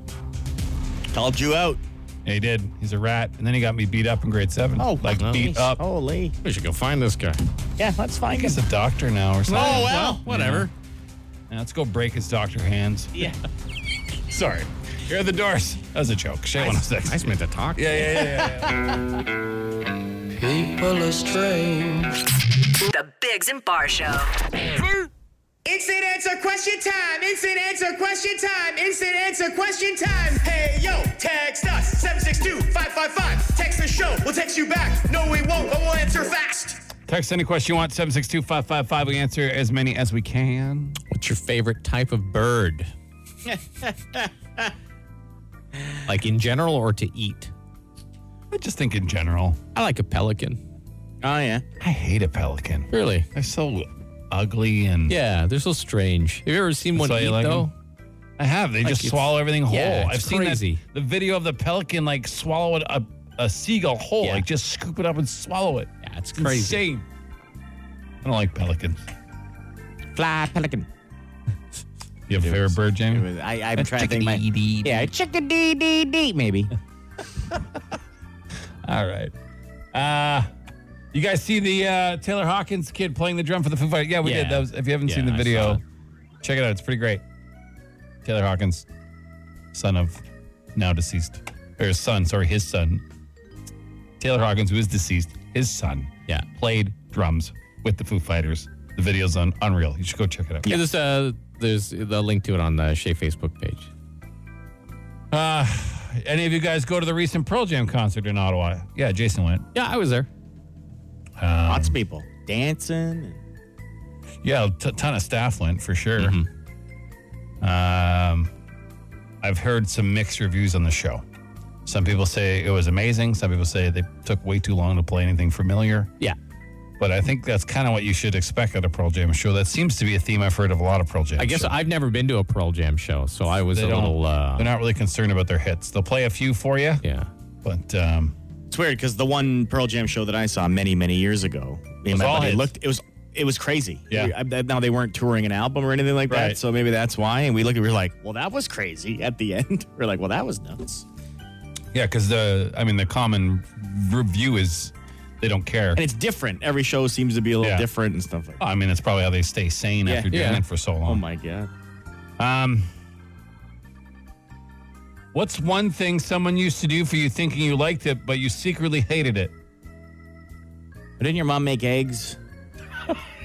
Speaker 4: Called you out.
Speaker 3: And he did. He's a rat. And then he got me beat up in grade seven.
Speaker 4: Oh,
Speaker 3: like
Speaker 4: fuck.
Speaker 3: beat up. I
Speaker 4: Holy.
Speaker 2: We should go find this guy.
Speaker 3: Oh,
Speaker 4: Yeah, let's find
Speaker 3: think
Speaker 4: him.
Speaker 3: he's a doctor now or something.
Speaker 4: Oh, well.
Speaker 2: Whatever.
Speaker 3: Now let's go break his doctor hands.
Speaker 4: Yeah.
Speaker 3: Sorry. Here are the doors. That was a joke. Shay 106.
Speaker 2: Nice man to talk.
Speaker 3: Yeah, yeah, yeah, yeah. yeah.
Speaker 1: People are strange.
Speaker 10: The Bigs and Bar Show.
Speaker 1: Instant answer question time. Instant answer question time. Instant answer question time. Hey yo, text us 762-555. Text the show. We'll text you back. No, we won't, but we'll answer fast.
Speaker 3: Text any question you want, 762 555. We answer as many as we can.
Speaker 2: What's your favorite type of bird? like in general or to eat?
Speaker 3: I just think in general.
Speaker 2: I like a pelican.
Speaker 4: Oh, yeah.
Speaker 3: I hate a pelican.
Speaker 2: Really?
Speaker 3: They're so ugly and.
Speaker 2: Yeah, they're so strange. Have you ever seen
Speaker 3: That's
Speaker 2: one
Speaker 3: why you
Speaker 2: eat
Speaker 3: like
Speaker 2: though?
Speaker 3: 'em? I have. They just
Speaker 2: it's-
Speaker 3: swallow everything whole.
Speaker 2: yeah, it's
Speaker 3: I've seen that-
Speaker 2: crazy.
Speaker 3: the video of the pelican like swallowing a, a seagull whole,
Speaker 2: Yeah.
Speaker 3: like just scoop it up and swallow it.
Speaker 2: Yeah, it's
Speaker 3: It's
Speaker 2: crazy.
Speaker 3: insane. I don't like pelicans.
Speaker 4: Fly pelican.
Speaker 3: You have a favorite bird, Jamie?
Speaker 4: I, I'm trying to think. My, yeah, chickadee dee dee, maybe.
Speaker 3: All right. Uh you guys see the uh Taylor Hawkins kid playing the drum for the Foo Fighters? Yeah, we
Speaker 2: Yeah.
Speaker 3: did. That was if you haven't seen
Speaker 2: Yeah, I
Speaker 3: the
Speaker 2: saw
Speaker 3: video,
Speaker 2: it.
Speaker 3: check it out. It's pretty great. Taylor Hawkins, son of now deceased. Or his son, sorry, his son. Taylor Hawkins, who is deceased, his son,
Speaker 2: Yeah.
Speaker 3: played drums with the Foo Fighters. The video's on Unreal. You should go check it out.
Speaker 2: Yeah, there's uh there's the link to it on the Shea Facebook page.
Speaker 3: Uh any of you guys go to the recent Pearl Jam concert in Ottawa? Yeah, Jason went.
Speaker 2: Yeah, I was there.
Speaker 4: Lots of people dancing. and-
Speaker 3: Yeah, a t- ton of staff went for sure.
Speaker 2: Mm-hmm.
Speaker 3: Um, I've heard some mixed reviews on the show. Some people say it was amazing. Some people say they took way too long to play anything familiar.
Speaker 2: Yeah.
Speaker 3: But I think that's kind of what you should expect at a Pearl Jam show. That seems to be a theme I've heard of a lot of Pearl Jam.
Speaker 2: I guess
Speaker 3: shows.
Speaker 2: I've never been to a Pearl Jam show, so I was
Speaker 3: They
Speaker 2: a
Speaker 3: don't-
Speaker 2: little
Speaker 3: they're
Speaker 2: uh
Speaker 3: not really concerned about their hits. They'll play a few for you,
Speaker 2: yeah.
Speaker 3: but um,
Speaker 4: It's weird because the one Pearl Jam show that I saw many, many years ago, me and
Speaker 3: was
Speaker 4: my
Speaker 3: all
Speaker 4: buddy
Speaker 3: hits.
Speaker 4: looked. It was it was crazy.
Speaker 3: Yeah.
Speaker 4: I- I- now they weren't touring an album or anything like
Speaker 3: Right.
Speaker 4: that, so maybe that's why. And we looked, we were like, "Well, that was crazy." At the end, we're like, "Well, that was nuts."
Speaker 3: yeah, because the I mean the common review is they don't care.
Speaker 4: And it's different. Every show seems to be a little
Speaker 3: Yeah.
Speaker 4: different and stuff like. that.
Speaker 3: I mean it's probably how they stay sane
Speaker 4: Yeah.
Speaker 3: after doing
Speaker 2: Yeah.
Speaker 3: it for so long.
Speaker 4: Oh my god!
Speaker 3: Um, what's one thing someone used to do for you thinking you liked it, but you secretly hated it?
Speaker 4: But didn't your mom make eggs?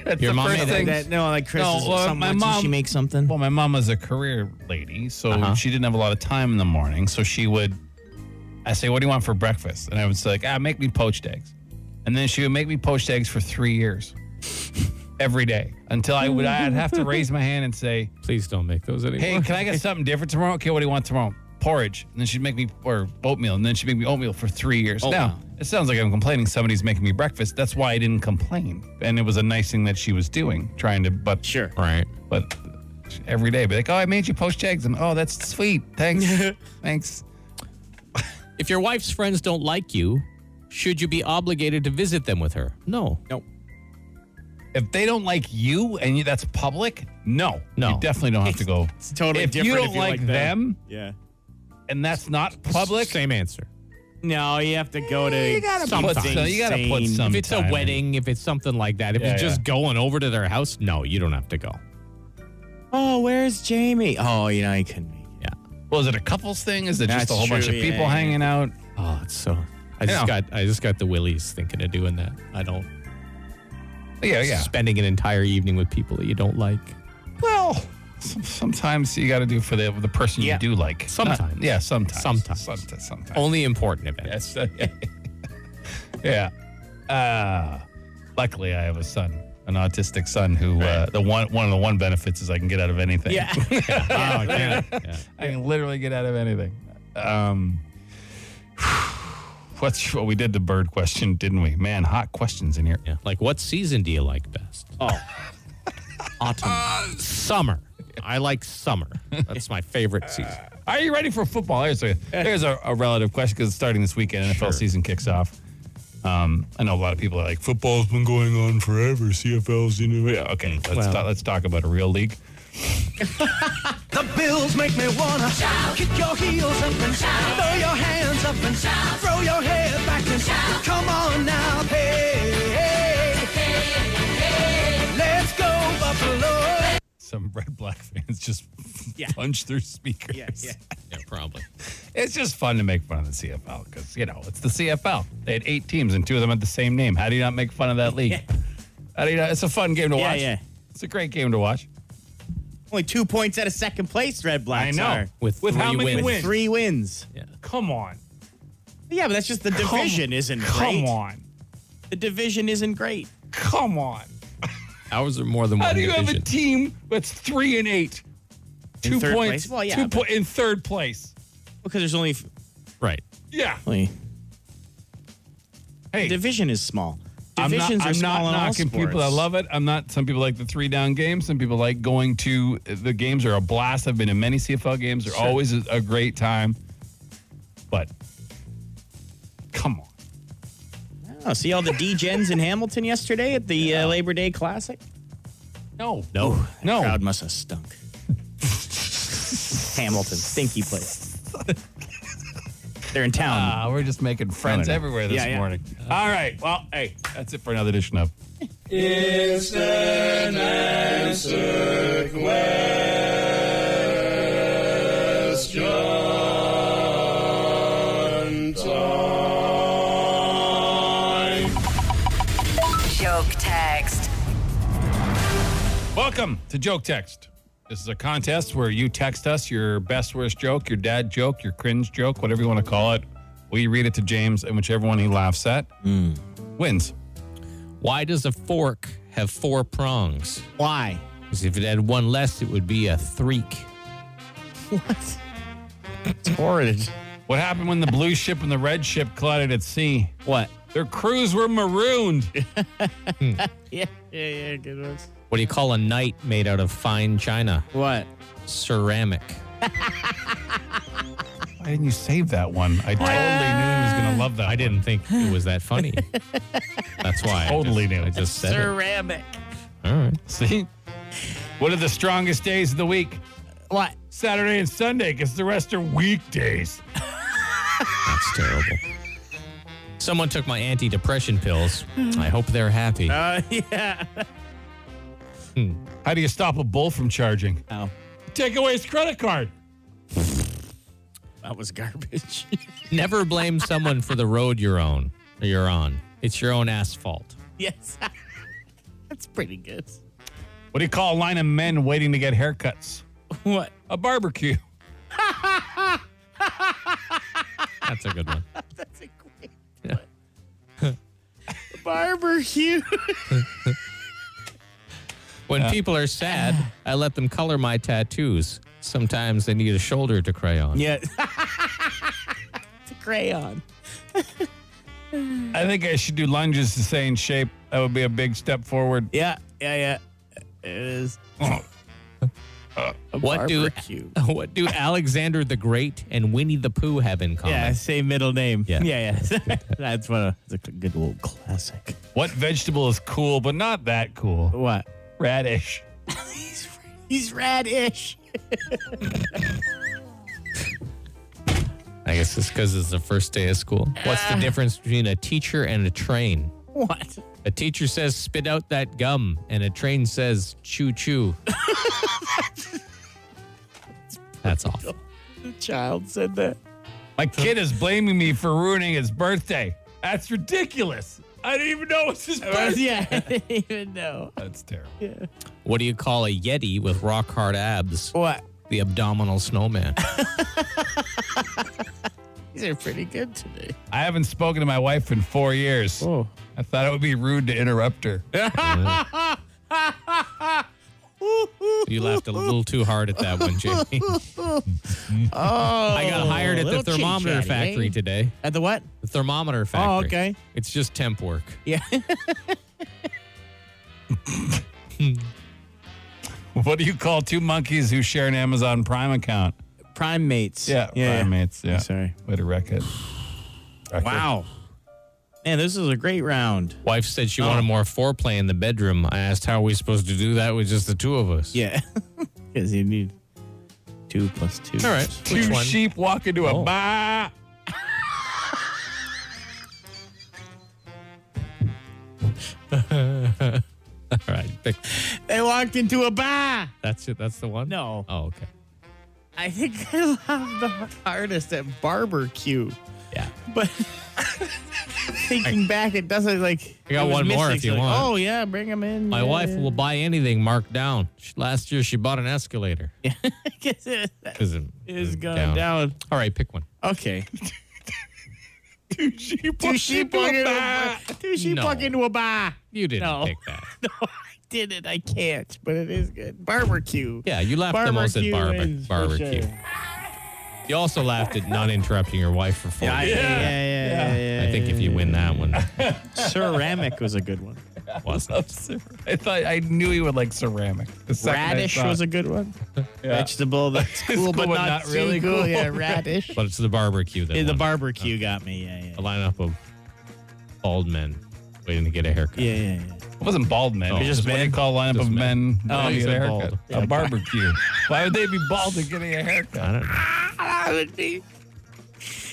Speaker 3: That's
Speaker 2: Your mom made
Speaker 4: Like that- no, like Chris.
Speaker 3: No,
Speaker 4: is-
Speaker 3: well,
Speaker 4: some-
Speaker 3: my
Speaker 4: didn't
Speaker 3: mom-
Speaker 4: She make something.
Speaker 3: Well, my mom was a career lady, so
Speaker 4: Uh-huh.
Speaker 3: she didn't have a lot of time in the morning. So she would, I say, "What do you want for breakfast?" And I would say, "Like, ah, make me poached eggs." And then she would make me poached eggs for three years, every day, until I would I'd have to raise my hand and say,
Speaker 2: Please don't make those anymore.
Speaker 3: Hey, can I get something different tomorrow? Okay, what do you want tomorrow? Porridge. And then she'd make me, or oatmeal. And then she'd make me oatmeal for three years.
Speaker 4: Oh,
Speaker 3: now,
Speaker 4: wow.
Speaker 3: it sounds like I'm complaining somebody's making me breakfast. That's why I didn't complain. And it was a nice thing that she was doing, trying to, but,
Speaker 4: Sure.
Speaker 2: Right.
Speaker 3: but every day, be like, oh, I made you poached eggs. And oh, that's sweet. Thanks. Thanks.
Speaker 2: If your wife's friends don't like you, should you be obligated to visit them with her? No.
Speaker 3: If they don't like you and you, that's public, no.
Speaker 2: No.
Speaker 3: You definitely don't have to go.
Speaker 4: It's totally
Speaker 3: If you
Speaker 4: different.
Speaker 3: don't like them-
Speaker 4: yeah.
Speaker 3: And that's not public.
Speaker 2: Same answer.
Speaker 4: No, you have to go to you
Speaker 3: gotta put some- you gotta put some-
Speaker 2: If it's a
Speaker 3: Sometime.
Speaker 2: wedding, if it's something like that, if
Speaker 3: Yeah,
Speaker 2: you're just
Speaker 3: yeah.
Speaker 2: going over to their house, no, you don't have to go.
Speaker 4: Oh, where's Jamie? Oh, you know, I couldn't make it.
Speaker 3: Well, is it a couples thing? Is it just
Speaker 4: That's
Speaker 3: a whole bunch of
Speaker 4: true, yeah,
Speaker 3: people
Speaker 4: yeah.
Speaker 3: hanging out?
Speaker 2: Oh, it's so. I just
Speaker 3: Yeah.
Speaker 2: got I just got the willies thinking of doing that. I don't
Speaker 3: Yeah, yeah.
Speaker 2: spending an entire evening with people that you don't like.
Speaker 3: Well, some- sometimes you got to do for the the person
Speaker 4: Yeah.
Speaker 3: you do like.
Speaker 2: Sometimes.
Speaker 3: Not- yeah, sometimes.
Speaker 2: Sometimes.
Speaker 3: Sometimes. sometimes.
Speaker 2: Only important events.
Speaker 3: Yes. yeah. Uh, luckily, I have a son, an autistic son, who uh, the one one of the one benefits is I can get out of anything. Yeah.
Speaker 2: Oh, yeah. yeah.
Speaker 3: I can literally get out of anything. Um, what's what we did the bird question, didn't we? Man, hot questions in here.
Speaker 2: Yeah. Like, what season do you like best?
Speaker 3: Oh.
Speaker 4: Autumn.
Speaker 3: Uh,
Speaker 2: Summer. I like summer. That's my favorite season.
Speaker 3: Are you ready for football? Here's a, here's a, a relative question because it's starting this weekend. NFL season kicks off. Um, I know a lot of people are like, football's been going on forever. CFL's, you know. Yeah, okay, let's,
Speaker 11: Well-
Speaker 3: talk, let's talk about a real league.
Speaker 11: The bills make me wanna shout. Kick your heels up and shout. Throw your hands up and shout. Throw your head back and shout. Come on now, hey. hey, hey. Let's go, Buffalo.
Speaker 3: Some red black fans just
Speaker 11: Yeah.
Speaker 3: punch their speakers.
Speaker 11: yeah.
Speaker 2: Yeah, probably.
Speaker 3: It's just fun to make fun of the CFL because, you know, it's the CFL. They had eight teams and two of them had the same name. How do you not make fun of that league? How do you not? It's a fun game to
Speaker 4: Yeah,
Speaker 3: watch.
Speaker 4: yeah.
Speaker 3: It's a great game to watch.
Speaker 4: Only two points out of second place, Red Blacks.
Speaker 3: I know.
Speaker 4: Are.
Speaker 2: With
Speaker 3: With
Speaker 2: three
Speaker 3: how many
Speaker 2: wins.
Speaker 3: wins?
Speaker 4: Three wins.
Speaker 3: Come on.
Speaker 4: Yeah, but that's just the
Speaker 3: Come-
Speaker 4: division isn't great.
Speaker 3: Come on.
Speaker 4: The division isn't great.
Speaker 3: Come on.
Speaker 2: Ours are more than one
Speaker 3: How do you have a
Speaker 2: division.
Speaker 3: team that's three and eight?
Speaker 4: In
Speaker 3: Two
Speaker 4: third
Speaker 3: points.
Speaker 4: place? Well, yeah,
Speaker 3: two
Speaker 4: but-
Speaker 3: po- in third place.
Speaker 4: Because there's only. f-
Speaker 2: right.
Speaker 3: Yeah.
Speaker 4: only-
Speaker 3: Hey,
Speaker 4: The division is small.
Speaker 3: I'm not,
Speaker 4: Divisions
Speaker 3: I'm
Speaker 4: are small
Speaker 3: not
Speaker 4: in all
Speaker 3: knocking people that
Speaker 4: sports.
Speaker 3: love it. I'm not. Some people like the three down games. Some people like going to the games are a blast. I've been in many CFL games. They're always a, a great time. But come on.
Speaker 4: Oh, see all the D-gens in Hamilton yesterday at the uh, Labor Day Classic?
Speaker 3: No.
Speaker 4: No.
Speaker 3: No.
Speaker 4: Crowd must have stunk. Hamilton, stinky place. They're in town.
Speaker 3: Uh, we're just making friends
Speaker 4: No, no.
Speaker 3: everywhere this
Speaker 4: Yeah, yeah.
Speaker 3: morning. All right. Well, hey, that's it for another edition of.
Speaker 10: Joke text.
Speaker 3: Welcome to Joke Text. This is a contest where you text us your best, worst joke, your dad joke, your cringe joke, whatever you want to call it. We read it to James, and whichever one he laughs at wins.
Speaker 2: Why does a fork have four prongs?
Speaker 4: Why?
Speaker 2: Because if it had one less, it would be a threek.
Speaker 4: What? It's horrid.
Speaker 3: What happened when the blue ship and the red ship collided at sea?
Speaker 4: What?
Speaker 3: Their crews were marooned.
Speaker 4: Yeah, yeah, yeah, good ones.
Speaker 2: What do you call a knight made out of fine china?
Speaker 4: What?
Speaker 2: Ceramic.
Speaker 3: Why didn't you save that one? I totally knew he was going to love that.
Speaker 2: I didn't think it was that funny. That's why. I
Speaker 3: Totally
Speaker 2: just,
Speaker 3: knew.
Speaker 2: I just said it.
Speaker 4: Ceramic.
Speaker 2: All right.
Speaker 3: See? What are the strongest days of the week?
Speaker 4: What?
Speaker 3: Saturday and Sunday, because the rest are weekdays.
Speaker 2: That's terrible. Someone took my antidepressant pills.
Speaker 3: Hmm.
Speaker 2: I hope they're happy.
Speaker 4: Uh, yeah.
Speaker 3: How do you stop a bull from charging?
Speaker 4: Oh,
Speaker 3: Take away his credit card.
Speaker 4: that was garbage.
Speaker 2: Never blame someone for the road you're on. You're on. It's your own asphalt.
Speaker 4: yes. That's pretty good.
Speaker 3: What do you call a line of men waiting to get haircuts?
Speaker 4: What?
Speaker 3: A barbecue.
Speaker 2: That's a good one.
Speaker 4: That's a great one. Barbecue.
Speaker 2: When people are sad, I let them color my tattoos. Sometimes they need a shoulder to cry on.
Speaker 4: Yeah. it's a crayon.
Speaker 3: I think I should do lunges the same shape. That would be a big step forward.
Speaker 4: Yeah, yeah, yeah. It is.
Speaker 2: Uh, What do
Speaker 4: Barbecue.
Speaker 2: what do Alexander the Great and Winnie the Pooh have in common?
Speaker 4: Yeah, same middle name.
Speaker 2: Yeah.
Speaker 4: yeah. yeah. That's one of it's a good old classic.
Speaker 3: What vegetable is cool but not that cool?
Speaker 4: What?
Speaker 3: Radish.
Speaker 4: He's, he's radish.
Speaker 2: I guess it's because it's the first day of school. What's the difference between a teacher and a train?
Speaker 4: What?
Speaker 2: A teacher says spit out that gum, and a train says choo choo. That's awful.
Speaker 4: The child said that.
Speaker 3: My kid is blaming me for ruining his birthday. That's ridiculous. I didn't even know it's his birthday.
Speaker 4: yeah, I didn't even know.
Speaker 3: That's terrible.
Speaker 2: What do you call a yeti with rock hard abs?
Speaker 4: What?
Speaker 2: The abdominal snowman.
Speaker 4: These are pretty good today.
Speaker 3: I haven't spoken to my wife in four years.
Speaker 4: Oh.
Speaker 3: I thought it would be rude to interrupt her.
Speaker 2: You laughed a little too hard at that one, Jamie. I got hired at the
Speaker 4: Oh, little
Speaker 2: thermometer
Speaker 4: chitty-chatty, eh?
Speaker 2: factory today.
Speaker 4: At the what?
Speaker 2: The thermometer factory.
Speaker 4: okay.
Speaker 2: It's just temp work.
Speaker 4: Yeah.
Speaker 3: What do you call two monkeys who share an Amazon Prime account?
Speaker 4: Prime mates.
Speaker 3: Yeah, primates. Yeah,
Speaker 4: Sorry.
Speaker 3: Way to wreck it. Wreck it.
Speaker 4: Man, this is a great round.
Speaker 2: Wife said
Speaker 4: Oh.
Speaker 2: she wanted more foreplay in the bedroom. I asked how are we supposed to do that with just the two of us.
Speaker 4: Yeah. Because you need two plus two.
Speaker 2: All right. Which
Speaker 3: Two
Speaker 2: one?
Speaker 3: sheep walk into a
Speaker 2: Oh.
Speaker 3: bar.
Speaker 2: All right. Pick-
Speaker 4: They walked into a bar.
Speaker 2: That's it. That's the one.
Speaker 4: No.
Speaker 2: Oh, okay.
Speaker 4: I think I love the artist at barbecue.
Speaker 2: Yeah.
Speaker 4: But thinking back, it doesn't like.
Speaker 2: I got
Speaker 4: it was
Speaker 2: one more
Speaker 4: missing.
Speaker 2: if you
Speaker 4: It's like,
Speaker 2: want.
Speaker 4: Oh yeah, bring him in.
Speaker 2: My
Speaker 4: yeah,
Speaker 2: wife
Speaker 4: yeah.
Speaker 2: will buy anything marked down. She, last year she bought an escalator. Yeah.
Speaker 4: it
Speaker 2: Because it
Speaker 4: is
Speaker 2: it
Speaker 4: going down.
Speaker 2: All right, pick one.
Speaker 4: Okay.
Speaker 3: Two sheep
Speaker 4: Two sheep walk into a bar. Two sheep
Speaker 2: No.
Speaker 4: walk into a bar.
Speaker 2: You didn't
Speaker 4: No.
Speaker 2: pick that.
Speaker 4: No, I did it. I can't, but it is good. Barbecue.
Speaker 2: Yeah, you laughed the most at barbe-
Speaker 4: wins for
Speaker 2: barbecue.
Speaker 4: sure.
Speaker 2: You also laughed at not interrupting your wife for four
Speaker 4: Yeah, yeah,
Speaker 2: years.
Speaker 4: yeah, yeah, yeah, yeah,
Speaker 2: I think if you win that one, it
Speaker 4: ceramic was a good one.
Speaker 2: wasn't.
Speaker 3: I thought I knew he would like ceramic. The second I
Speaker 4: Radish
Speaker 3: thought.
Speaker 4: was a good one. Vegetable that's
Speaker 3: cool,
Speaker 4: cool, but
Speaker 3: but
Speaker 4: not,
Speaker 3: not
Speaker 4: too
Speaker 3: really cool.
Speaker 4: Yeah, radish.
Speaker 2: But it's the barbecue that
Speaker 4: Yeah, the
Speaker 2: won.
Speaker 4: barbecue got me. Yeah, yeah,
Speaker 2: a lineup of bald men waiting to get a haircut.
Speaker 4: yeah, yeah. yeah.
Speaker 3: It wasn't bald men.
Speaker 2: Oh.
Speaker 3: It was just
Speaker 2: Just
Speaker 3: what do you
Speaker 2: men?
Speaker 3: call a lineup
Speaker 2: Just
Speaker 3: of men.
Speaker 2: men. Oh,
Speaker 3: wanting
Speaker 2: you
Speaker 3: to get
Speaker 2: said
Speaker 3: a
Speaker 2: bald.
Speaker 3: haircut.
Speaker 2: Yeah,
Speaker 3: A
Speaker 2: okay.
Speaker 3: barbecue. Why would they be bald and getting a haircut?
Speaker 2: I don't know.
Speaker 4: That would be.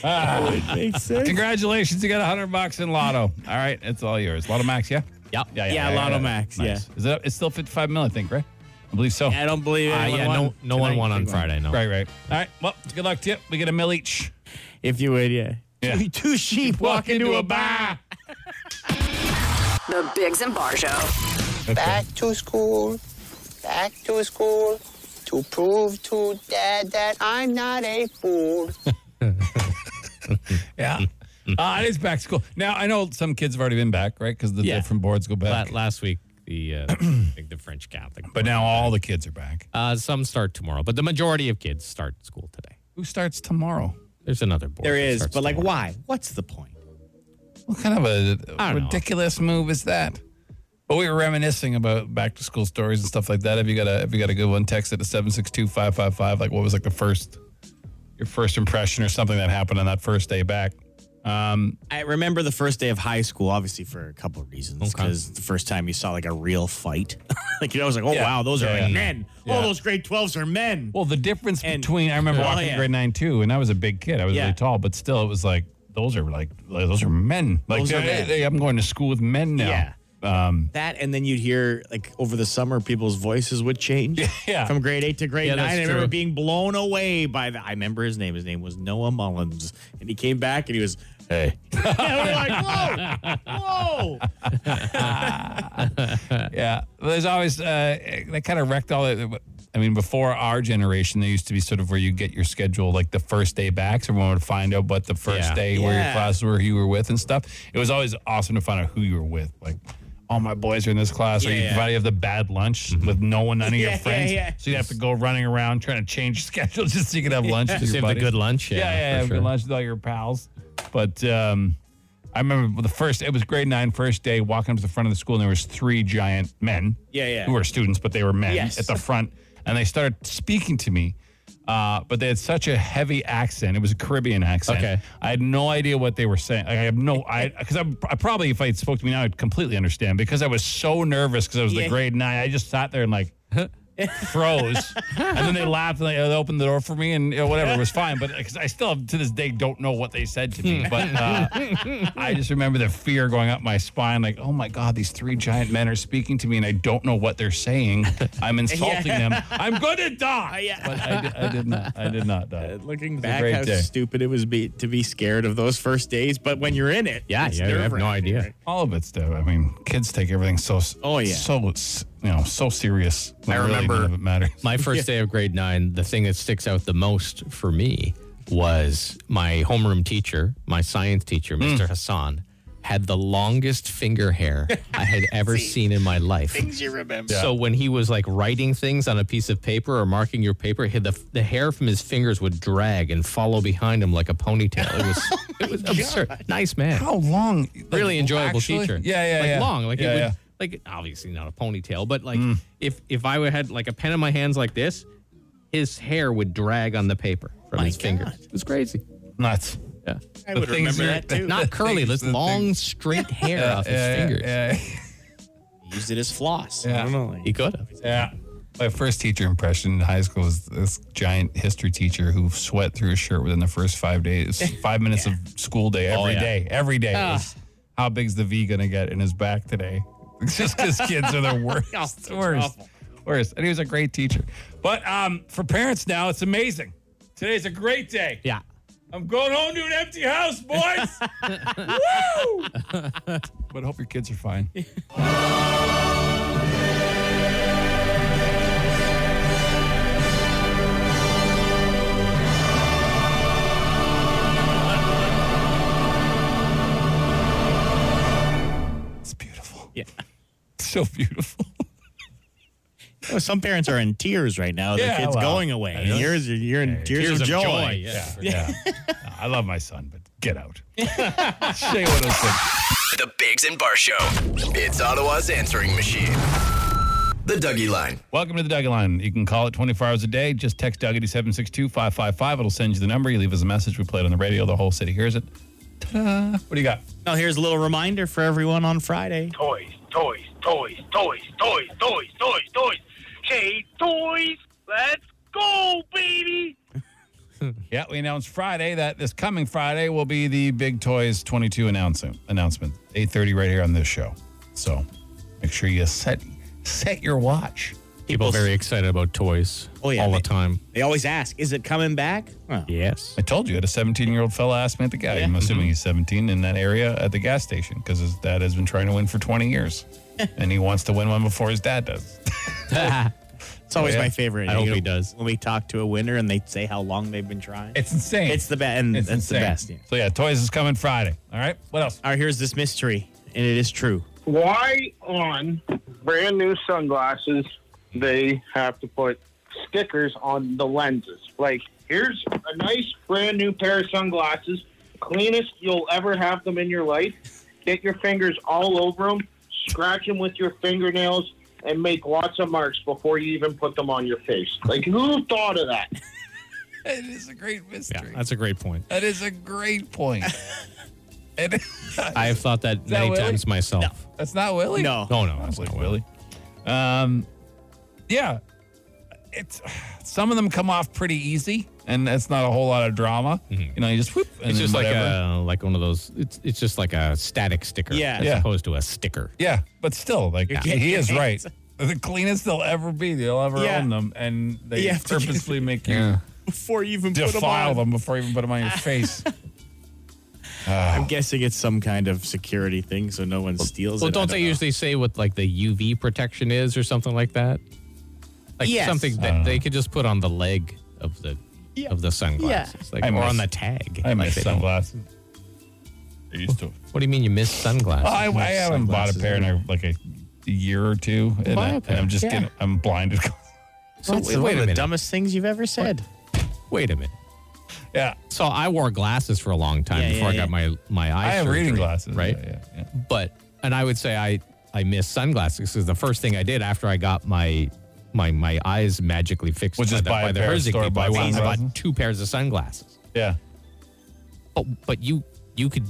Speaker 3: Ah.
Speaker 4: Makes sense.
Speaker 3: Congratulations, you got a hundred bucks in Lotto. All right, it's all yours. Lotto Max, yeah,
Speaker 2: Yep.
Speaker 4: Yeah, Lotto Max, yeah.
Speaker 3: Is it? Up? It's still fifty-five mil, I think, right? I believe so.
Speaker 4: I don't believe it.
Speaker 2: Uh, yeah, no, no one won on Friday. No.
Speaker 3: Right, right. All right. Well, good luck to you. We get a mill each.
Speaker 4: If you would, yeah.
Speaker 3: Yeah.
Speaker 4: Two, two sheep walk into a bar.
Speaker 10: The Bigs and Bar Show.
Speaker 12: back to school, back to school, to prove to dad that I'm not a fool.
Speaker 3: Yeah. Uh, it is back to school now. I know some kids have already been back, right? Because the
Speaker 2: Yeah.
Speaker 3: different boards go
Speaker 2: La-
Speaker 3: back.
Speaker 2: last week, the uh, I think the French Catholic.
Speaker 3: But now all the kids are back.
Speaker 2: uh, some start tomorrow, but the majority of kids start school today.
Speaker 3: Who starts tomorrow?
Speaker 2: There's another board.
Speaker 4: There
Speaker 2: that
Speaker 4: is,
Speaker 2: starts
Speaker 4: but like,
Speaker 2: tomorrow.
Speaker 4: why? What's the point?
Speaker 3: What kind of a
Speaker 2: I don't know.
Speaker 3: ridiculous move is that? But we were reminiscing about back to school stories and stuff like that. Have you got a have you got a good one? Text it to seven six two five five five. Like what was like the first your first impression or something that happened on that first day back? Um,
Speaker 4: I remember the first day of high school, obviously for a couple of reasons.
Speaker 2: Okay.
Speaker 4: Because the first time you saw like a real fight, like you know, I was like, oh
Speaker 3: Yeah.
Speaker 4: wow, those are
Speaker 3: Yeah,
Speaker 4: like
Speaker 3: yeah.
Speaker 4: men.
Speaker 3: Yeah.
Speaker 4: Oh, those grade twelves are men.
Speaker 3: well, the difference
Speaker 4: Mm-hmm. And-
Speaker 3: between I remember
Speaker 4: Oh,
Speaker 3: walking
Speaker 4: yeah.
Speaker 3: grade nine too, and I was a big kid. I was
Speaker 4: Yeah.
Speaker 3: really tall, but still, it was like those are like those are men. Like
Speaker 4: Those are
Speaker 3: they-
Speaker 4: men.
Speaker 3: they- I'm going to school with men now.
Speaker 4: Yeah.
Speaker 3: Um,
Speaker 4: that, and then you'd hear like over the summer, people's voices would change.
Speaker 3: yeah.
Speaker 4: From grade eight to grade
Speaker 2: Yeah, that's
Speaker 4: nine, I remember
Speaker 2: true.
Speaker 4: being blown away by the. I remember his name. His name was Noah Mullins, and he came back and he was, "Hey," and we're like, "Whoa, whoa!"
Speaker 3: Yeah, there's always uh, they kind of wrecked all it. I mean, before our generation, there used to be sort of where you get your schedule like the first day back, so everyone would find out what the first
Speaker 2: Yeah.
Speaker 3: day where your
Speaker 4: Yeah.
Speaker 3: classes were, who you were with, and stuff. It was always awesome to find out who you were with, like. All my boys are in this class, or
Speaker 4: Yeah,
Speaker 3: you
Speaker 4: yeah.
Speaker 3: probably have the bad lunch
Speaker 2: Mm-hmm.
Speaker 3: with no one, none of
Speaker 4: Yeah,
Speaker 3: your
Speaker 4: yeah,
Speaker 3: friends.
Speaker 4: yeah.
Speaker 3: So you'd have to go running around trying to change schedule just so you could have lunch. with
Speaker 2: Just
Speaker 3: your
Speaker 2: have a
Speaker 3: buddies.
Speaker 2: good lunch. Yeah,
Speaker 3: Yeah, yeah,
Speaker 2: for
Speaker 3: yeah, have a
Speaker 2: sure.
Speaker 3: good lunch with all your pals. But um, I remember the first, it was grade nine, first day, walking up to the front of the school, and there was three giant men.
Speaker 4: Yeah, yeah.
Speaker 3: Who were students, but they were men
Speaker 4: Yes.
Speaker 3: at the front. And they started speaking to me, uh, but they had such a heavy accent. It was a Caribbean accent.
Speaker 2: Okay.
Speaker 3: I had no idea what they were saying. Like, I have no, I, because I, I probably, if I spoke to me now, I'd completely understand because I was so nervous because I was the
Speaker 4: Yeah.
Speaker 3: grade nine. I just sat there and like, froze, and then they laughed and they opened the door for me, and you know, whatever it was fine. But 'cause I still to this day don't know what they said to me, but uh, I just remember the fear going up my spine, like, oh my god, these three giant men are speaking to me, and I don't know what they're saying. I'm insulting them. I'm going to die.
Speaker 4: yeah.
Speaker 3: But I, di- I did not. I did not die.
Speaker 4: Looking
Speaker 3: was a
Speaker 4: back,
Speaker 3: great
Speaker 4: how
Speaker 3: day.
Speaker 4: stupid it was be to be scared of those first days. But when you're in it,
Speaker 2: Yeah,
Speaker 4: it's
Speaker 2: yeah, you have no
Speaker 4: nerve-wracking,
Speaker 2: idea.
Speaker 4: right?
Speaker 3: All of it's though. I mean, kids take everything so s-
Speaker 4: Oh, yeah.
Speaker 3: so s- you know so serious. when
Speaker 5: I
Speaker 3: really
Speaker 5: remember-
Speaker 3: none of it matters.
Speaker 2: My first day of grade nine, the thing that sticks out the most for me was my homeroom teacher, my science teacher,
Speaker 4: Hmm.
Speaker 2: Mr. Hassan, had the longest finger hair I had ever seen in my life.
Speaker 4: Things you remember.
Speaker 2: So when he was like writing things on a piece of paper or marking your paper, he- the the hair from his fingers would drag and follow behind him like a ponytail. It
Speaker 4: Oh
Speaker 2: was it was absurd. Nice man,
Speaker 3: How long? like,
Speaker 2: really enjoyable
Speaker 3: actually?
Speaker 2: teacher.
Speaker 3: Yeah, yeah,
Speaker 2: like
Speaker 3: yeah.
Speaker 2: long, like
Speaker 3: Yeah,
Speaker 2: it would,
Speaker 3: yeah.
Speaker 2: like obviously not a ponytail, but like if if I had like a pen in my hands like this, his hair would drag on the paper from
Speaker 4: My
Speaker 2: his
Speaker 4: God.
Speaker 2: fingers. It was crazy.
Speaker 3: nuts.
Speaker 2: Yeah.
Speaker 13: I would remember that too.
Speaker 2: Not curly,
Speaker 13: Things,
Speaker 2: this
Speaker 13: the
Speaker 2: long, straight hair
Speaker 13: Yeah,
Speaker 2: off his
Speaker 13: yeah, yeah,
Speaker 2: fingers.
Speaker 4: Used it as floss.
Speaker 3: Yeah.
Speaker 4: I don't know.
Speaker 2: He could have.
Speaker 3: Yeah. My first teacher impression in high school was this giant history teacher who sweat through his shirt within the first five days, five minutes of school day
Speaker 13: Oh,
Speaker 3: every
Speaker 13: yeah.
Speaker 3: day. Every day.
Speaker 13: Ah.
Speaker 3: was, How big's the V gonna get in his back today? It's just because kids are the worst. worst. Worst. And he was a great teacher. But um, for parents now, it's amazing. Today's a great day.
Speaker 2: Yeah.
Speaker 3: I'm going home to an empty house, boys. Woo! but hope your kids are fine.
Speaker 4: Yeah.
Speaker 3: So beautiful.
Speaker 4: some parents are in tears right now. Their
Speaker 3: Yeah,
Speaker 4: kid's
Speaker 3: well,
Speaker 4: going away.
Speaker 3: I
Speaker 4: And
Speaker 3: know.
Speaker 4: yours, you're, you're in tears, of, joy.
Speaker 3: Yeah. yeah. No, I love my son, but get out. oh Shay 106.
Speaker 5: The Bigs and Bar Show. It's Ottawa's answering machine. The Dougie Line.
Speaker 3: Welcome to the Dougie Line. You can call it 24 hours a day. Just text Dougie to 762 555. It'll send you the number. You leave us a message. We play it on the radio. The whole city hears it. Ta-da. What do you got?
Speaker 4: Now, here's a little reminder for everyone on Friday.
Speaker 6: Toys, toys, toys, toys, toys, toys, toys, toys. Hey, toys, let's go, baby.
Speaker 3: Yeah, we announced Friday that this coming Friday will be the Big Toys 22 announcement. Announcement 8:30 right here on this show. So make sure you set set your watch.
Speaker 2: People are very excited about toys
Speaker 4: Oh, yeah,
Speaker 2: all
Speaker 4: they-
Speaker 2: the time.
Speaker 4: They always ask, is it coming back? Well,
Speaker 2: Yes.
Speaker 3: I told you, I had a 17 year old fella ask me at the guy. I'm
Speaker 4: Mm-hmm.
Speaker 3: assuming he's 17 in that area at the gas station because his dad has been trying to win for 20 years, and he wants to win one before his dad does.
Speaker 4: It's always
Speaker 3: Oh, yeah.
Speaker 4: my favorite.
Speaker 3: I hope
Speaker 4: You
Speaker 3: he
Speaker 4: know, When we talk to a winner and they say how long they've been trying.
Speaker 3: It's insane.
Speaker 4: It's the best. And
Speaker 3: It's
Speaker 4: it's the
Speaker 3: insane.
Speaker 4: best. Yeah.
Speaker 3: So, yeah, Toys is coming Friday. All right. What else?
Speaker 4: All right, here's this mystery, and it is true.
Speaker 13: Why on brand new sunglasses they have to put stickers on the lenses? Like, here's a nice brand new pair of sunglasses, cleanest you'll ever have them in your life. Get your fingers all over them, scratch them with your fingernails, and make lots of marks before you even put them on your face. Like, who thought of that?
Speaker 3: It is a great mystery.
Speaker 2: That's a great point.
Speaker 3: That is a great point. It-
Speaker 2: I have thought that
Speaker 3: that
Speaker 2: many
Speaker 3: Willie?
Speaker 2: times myself.
Speaker 3: That's not Willie.
Speaker 4: No.
Speaker 2: No, no, that's not Willie.
Speaker 3: Um, yeah, it's some of them come off pretty easy, and that's not a whole lot of drama. You know, you Mm-hmm. just whoop. and
Speaker 2: It's
Speaker 3: then
Speaker 2: just like
Speaker 3: whatever.
Speaker 2: a like one of those. It's it's just like a static sticker,
Speaker 4: Yeah.
Speaker 2: as
Speaker 3: Yeah.
Speaker 2: opposed to a sticker.
Speaker 3: yeah, but still, like he, he is right. They're The cleanest they'll ever be. They'll ever
Speaker 4: Yeah.
Speaker 3: own them, and they
Speaker 4: You have to
Speaker 3: purposely make you
Speaker 4: Before you even put them
Speaker 3: defile
Speaker 4: on.
Speaker 3: them before you even put them on your face.
Speaker 4: I'm guessing it's some kind of security thing so no one steals
Speaker 2: Well,
Speaker 4: it. I
Speaker 2: don't they
Speaker 4: know.
Speaker 2: usually say what like the UV protection is or something like that? Like
Speaker 4: Yes.
Speaker 2: something
Speaker 3: I don't
Speaker 2: that they could just put on the leg of the
Speaker 4: Yeah.
Speaker 2: of the sunglasses, like
Speaker 3: I
Speaker 2: or
Speaker 3: miss-
Speaker 2: on the tag.
Speaker 3: I
Speaker 2: Like,
Speaker 3: miss
Speaker 2: they don't-
Speaker 3: sunglasses. I used to.
Speaker 2: What do you mean you miss sunglasses?
Speaker 3: Oh, I, I haven't bought a pair in a, like a year or two, and,
Speaker 2: Buy
Speaker 3: I,
Speaker 2: a
Speaker 3: and
Speaker 2: pair.
Speaker 3: I'm just
Speaker 2: Yeah.
Speaker 3: getting. I'm blinded.
Speaker 2: So
Speaker 4: That's
Speaker 2: wait,
Speaker 4: one
Speaker 2: wait
Speaker 4: of
Speaker 2: a
Speaker 4: the
Speaker 2: minute.
Speaker 4: dumbest things you've ever said.
Speaker 2: wait a minute.
Speaker 3: yeah,
Speaker 2: So I wore glasses for a long time
Speaker 4: Yeah,
Speaker 2: before
Speaker 4: yeah,
Speaker 2: I got my my eye.
Speaker 3: I have reading
Speaker 2: surgery,
Speaker 3: glasses.
Speaker 2: right?
Speaker 3: Yeah, yeah, yeah.
Speaker 2: but and I would say I I miss sunglasses because the first thing I did after I got my my my eyes magically fixed
Speaker 3: Was
Speaker 2: by
Speaker 3: just
Speaker 2: the,
Speaker 3: buy a
Speaker 2: by the
Speaker 3: pair of
Speaker 2: Herzig
Speaker 3: store-bought
Speaker 2: people, I went- I
Speaker 3: sunglasses?
Speaker 2: bought two pairs of sunglasses.
Speaker 3: Yeah.
Speaker 2: But but you you could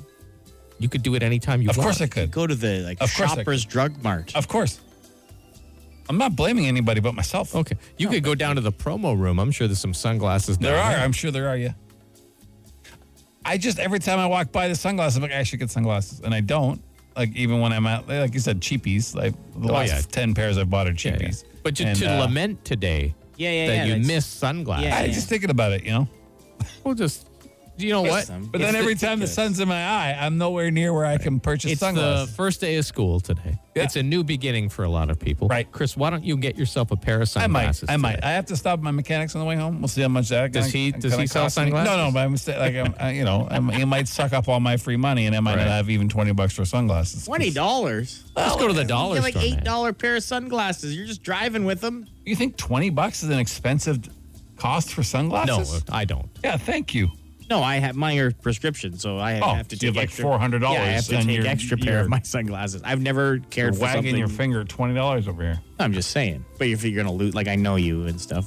Speaker 2: you could do it anytime you
Speaker 3: Of
Speaker 2: want.
Speaker 3: course I could.
Speaker 4: Go to the like
Speaker 3: Of course I
Speaker 4: shoppers drug mart.
Speaker 3: Of course. I'm not blaming anybody but myself.
Speaker 2: Okay, you could go down to the promo room. I'm sure there's some sunglasses.
Speaker 3: There
Speaker 2: down
Speaker 3: are.
Speaker 2: there.
Speaker 3: I'm sure there are, yeah. I just, every time I walk by the sunglasses, I'm like, I should get sunglasses. And I don't. Like, even when I'm out, like you said, cheapies. Like, the
Speaker 2: Oh,
Speaker 3: last
Speaker 2: yeah.
Speaker 3: 10 pairs I've bought are
Speaker 2: Yeah, yeah.
Speaker 3: cheapies.
Speaker 2: But to,
Speaker 3: And,
Speaker 2: to
Speaker 3: uh,
Speaker 2: lament today
Speaker 4: Yeah, yeah, yeah.
Speaker 2: that you
Speaker 4: that's-
Speaker 2: miss sunglasses,
Speaker 4: Yeah,
Speaker 3: I
Speaker 4: yeah.
Speaker 3: just thinking about it, you know?
Speaker 2: we'll just you know
Speaker 4: Miss
Speaker 2: what?
Speaker 4: them.
Speaker 3: But
Speaker 4: It's
Speaker 3: then every time the
Speaker 4: ridiculous.
Speaker 3: sun's in my eye, I'm nowhere near where I can purchase
Speaker 2: It's the
Speaker 3: sunglasses.
Speaker 2: first day of school today.
Speaker 3: Yeah.
Speaker 2: It's a new beginning for a lot of people.
Speaker 3: Right.
Speaker 2: Chris, why don't you get yourself a pair of
Speaker 3: I might.
Speaker 2: sunglasses?
Speaker 3: I might.
Speaker 2: today?
Speaker 3: I have to stop at my mechanics on the way home. We'll see how much that.
Speaker 2: Does
Speaker 3: gonna-
Speaker 2: he- does
Speaker 3: gonna
Speaker 2: he sell
Speaker 3: cost me.
Speaker 2: sunglasses?
Speaker 3: No, no. But I'm sta- like I'm, I, you know, I'm, it might suck up all my free money, and I might
Speaker 2: Right.
Speaker 3: not have even twenty bucks for sunglasses.
Speaker 4: Twenty dollars.
Speaker 2: Let's go to the dollar
Speaker 4: Get like
Speaker 2: store. man.
Speaker 4: eight dollar pair of sunglasses. You're just driving with them.
Speaker 3: You think twenty bucks is an expensive cost for
Speaker 2: No,
Speaker 3: sunglasses?
Speaker 2: I don't.
Speaker 3: Yeah. Thank you.
Speaker 4: No, I have mine are prescription, so I
Speaker 3: Oh,
Speaker 4: have to
Speaker 3: you have
Speaker 4: take
Speaker 3: like
Speaker 4: extra-
Speaker 3: $400
Speaker 4: Yeah, I have to
Speaker 3: and
Speaker 4: take
Speaker 3: you're-
Speaker 4: extra pair
Speaker 3: you're-
Speaker 4: of my sunglasses. I've never
Speaker 3: You're
Speaker 4: cared for
Speaker 3: wagging
Speaker 4: something.
Speaker 3: your finger at twenty dollars over here.
Speaker 4: I'm just saying. But if you're gonna loot, like I know you and stuff.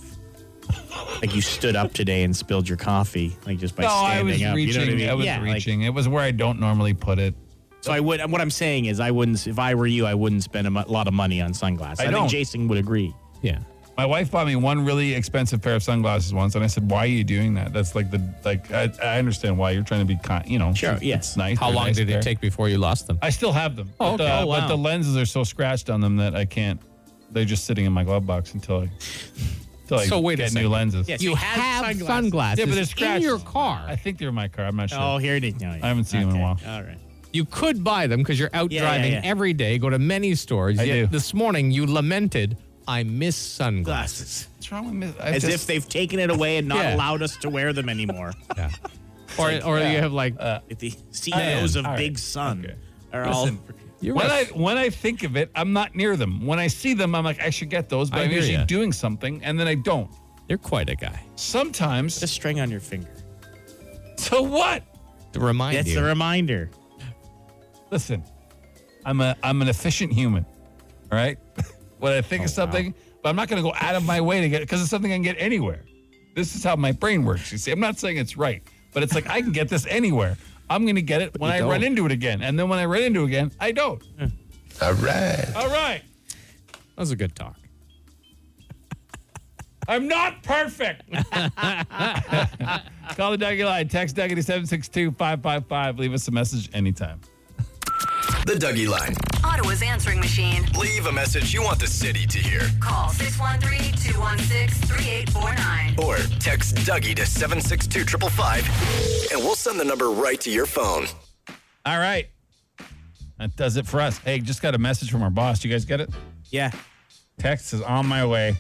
Speaker 4: Like you stood up today and spilled your coffee, like just by
Speaker 3: no,
Speaker 4: standing
Speaker 3: I was
Speaker 4: up.
Speaker 3: reaching.
Speaker 4: you know what I mean?
Speaker 3: was
Speaker 4: yeah, like-
Speaker 3: reaching. it was where I don't normally put it.
Speaker 4: so I would. What I'm saying is, I wouldn't. If I were you, I wouldn't spend a mo- lot of money on sunglasses.
Speaker 3: I
Speaker 4: I,
Speaker 3: don't.
Speaker 4: think Jason would agree.
Speaker 2: Yeah.
Speaker 3: My wife bought me one really expensive pair of sunglasses once, and I said, "Why are you doing that?" That's like the like. I, I understand why you're trying to be, con- you know,
Speaker 4: Sure,
Speaker 3: It's
Speaker 4: yes.
Speaker 3: nice.
Speaker 2: How
Speaker 3: They're
Speaker 2: long
Speaker 3: nice
Speaker 2: did
Speaker 3: pair.
Speaker 2: it take before you lost them?
Speaker 3: I still have them.
Speaker 2: Oh,
Speaker 3: but,
Speaker 2: okay.
Speaker 3: the,
Speaker 2: Oh, wow.
Speaker 3: but the lenses are so scratched on them that I can't. They're just sitting in my glove box until I until I
Speaker 2: So wait a
Speaker 3: get new
Speaker 2: second.
Speaker 3: lenses.
Speaker 4: Yes,
Speaker 2: You
Speaker 4: you
Speaker 2: have
Speaker 4: have
Speaker 2: sunglasses,
Speaker 4: sunglasses
Speaker 3: Yeah, but they're scratched.
Speaker 2: in your car.
Speaker 3: I think they're in my car. I'm not sure.
Speaker 4: Oh, here it is. No, yeah.
Speaker 3: I haven't seen them in a while.
Speaker 4: All right.
Speaker 2: You could buy them because you're out
Speaker 4: Yeah,
Speaker 2: driving
Speaker 4: yeah, yeah.
Speaker 2: every day, go to many stores.
Speaker 3: I
Speaker 2: yet
Speaker 3: do.
Speaker 2: this morning you lamented, I miss sunglasses.
Speaker 4: Glasses.
Speaker 3: What's wrong with me? I
Speaker 4: As
Speaker 3: just-
Speaker 4: if they've taken it away and not
Speaker 2: Yeah.
Speaker 4: allowed us to wear them anymore.
Speaker 2: Or, or you have like,
Speaker 4: At the CEOs of
Speaker 3: Oh, all right.
Speaker 4: Big Sun
Speaker 3: Okay.
Speaker 4: are all.
Speaker 2: you're
Speaker 3: when
Speaker 2: a-
Speaker 3: I when I think of it, I'm not near them. When I see them, I'm like, I should get those, but
Speaker 2: I
Speaker 3: I'm
Speaker 2: hear
Speaker 3: usually
Speaker 2: ya.
Speaker 3: doing something, and then I don't.
Speaker 2: you're quite a guy.
Speaker 3: Sometimes.
Speaker 4: Just string on your finger.
Speaker 3: so what?
Speaker 2: To remind
Speaker 4: That's
Speaker 2: you.
Speaker 4: a reminder.
Speaker 3: Listen, I'm a I'm an efficient human. All right. when I think of
Speaker 4: Oh,
Speaker 3: something, but I'm not going to go out of my way to get it because it's something I can get anywhere. This is how my brain works. You see, I'm not saying it's right, but it's like I can get this anywhere. I'm going to get it when
Speaker 4: you
Speaker 3: I
Speaker 4: don't.
Speaker 3: run into it again, and then when I run into it again, I don't.
Speaker 5: All right.
Speaker 3: All right.
Speaker 2: that was a good talk.
Speaker 3: I'm not perfect. Call the Dougie line. Text Dougie to 762 555. Leave us a message anytime.
Speaker 5: The Dougie Line.
Speaker 10: Ottawa's answering machine.
Speaker 5: Leave a message you want the city to hear.
Speaker 10: Call 613 216 3849.
Speaker 5: Or text Dougie to 762 555 and we'll send the number right to your phone.
Speaker 3: All right. That does it for us. Hey, just got a message from our boss. You guys get it?
Speaker 4: Yeah.
Speaker 3: Text is on my way.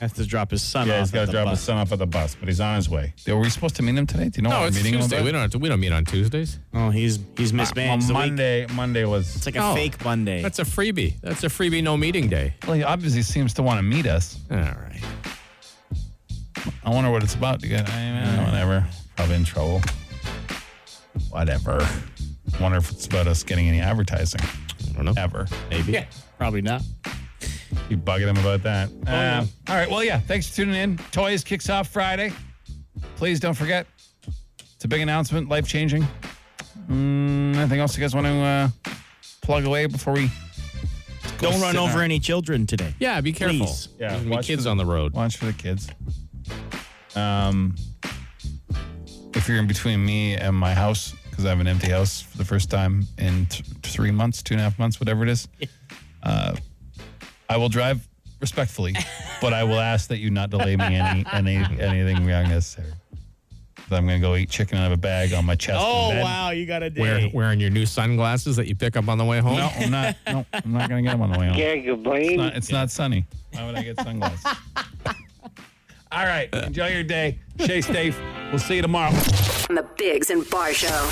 Speaker 4: Has to drop his son
Speaker 3: Yeah,
Speaker 4: off.
Speaker 3: he's got to drop his son off at the bus, but he's on his way. Were we supposed to meet him today? Do you know what
Speaker 2: No,
Speaker 3: we're
Speaker 2: it's
Speaker 3: Oh, meeting him
Speaker 2: Tuesday.
Speaker 3: about?
Speaker 2: We don't have to, we don't meet on Tuesdays.
Speaker 4: Oh, he's he's mismanaged
Speaker 3: On
Speaker 4: the week.
Speaker 3: Ah, Monday, Monday was.
Speaker 4: It's like a
Speaker 2: Oh.
Speaker 4: fake Monday.
Speaker 2: That's a freebie. That's a freebie no meeting day.
Speaker 3: Well, he obviously seems to want to meet us.
Speaker 2: All right.
Speaker 3: I wonder what it's about. You got, I mean, whatever. Probably in trouble. Whatever. Wonder if it's about us getting any advertising.
Speaker 2: I don't know.
Speaker 3: Ever.
Speaker 4: maybe. Probably not.
Speaker 3: You bugging him about that.
Speaker 4: Oh,
Speaker 3: Uh, all right. Well, yeah. Thanks for tuning in. Toys kicks off Friday. Please don't forget. It's a big announcement, life changing. Mm, anything else you guys want to uh, plug away before we go
Speaker 4: Don't run
Speaker 3: sit in
Speaker 4: over
Speaker 3: our-
Speaker 4: any children today.
Speaker 2: Yeah, be careful.
Speaker 4: Please.
Speaker 3: Yeah,
Speaker 2: There's gonna be
Speaker 3: watch
Speaker 2: kids
Speaker 3: the-
Speaker 2: on the road.
Speaker 3: Watch for the kids. Um, if you're in between me and my house, because I have an empty house for the first time in th- three months, two and a half months, whatever it is, uh, I will drive respectfully, but I will ask that you not delay me any, any anything unnecessary. 'Cause I'm gonna go eat chicken out of a bag on my chest. in bed.
Speaker 4: Oh, you got a
Speaker 2: Wear, wearing your new sunglasses that you pick up on the way home.
Speaker 3: No, I'm not. No, I'm not gonna get them on the way home. It's not, it's not sunny. Why would I get sunglasses? All right. Enjoy your day. Shay Stave. We'll see you tomorrow.
Speaker 10: On the Bigs and Bar Show.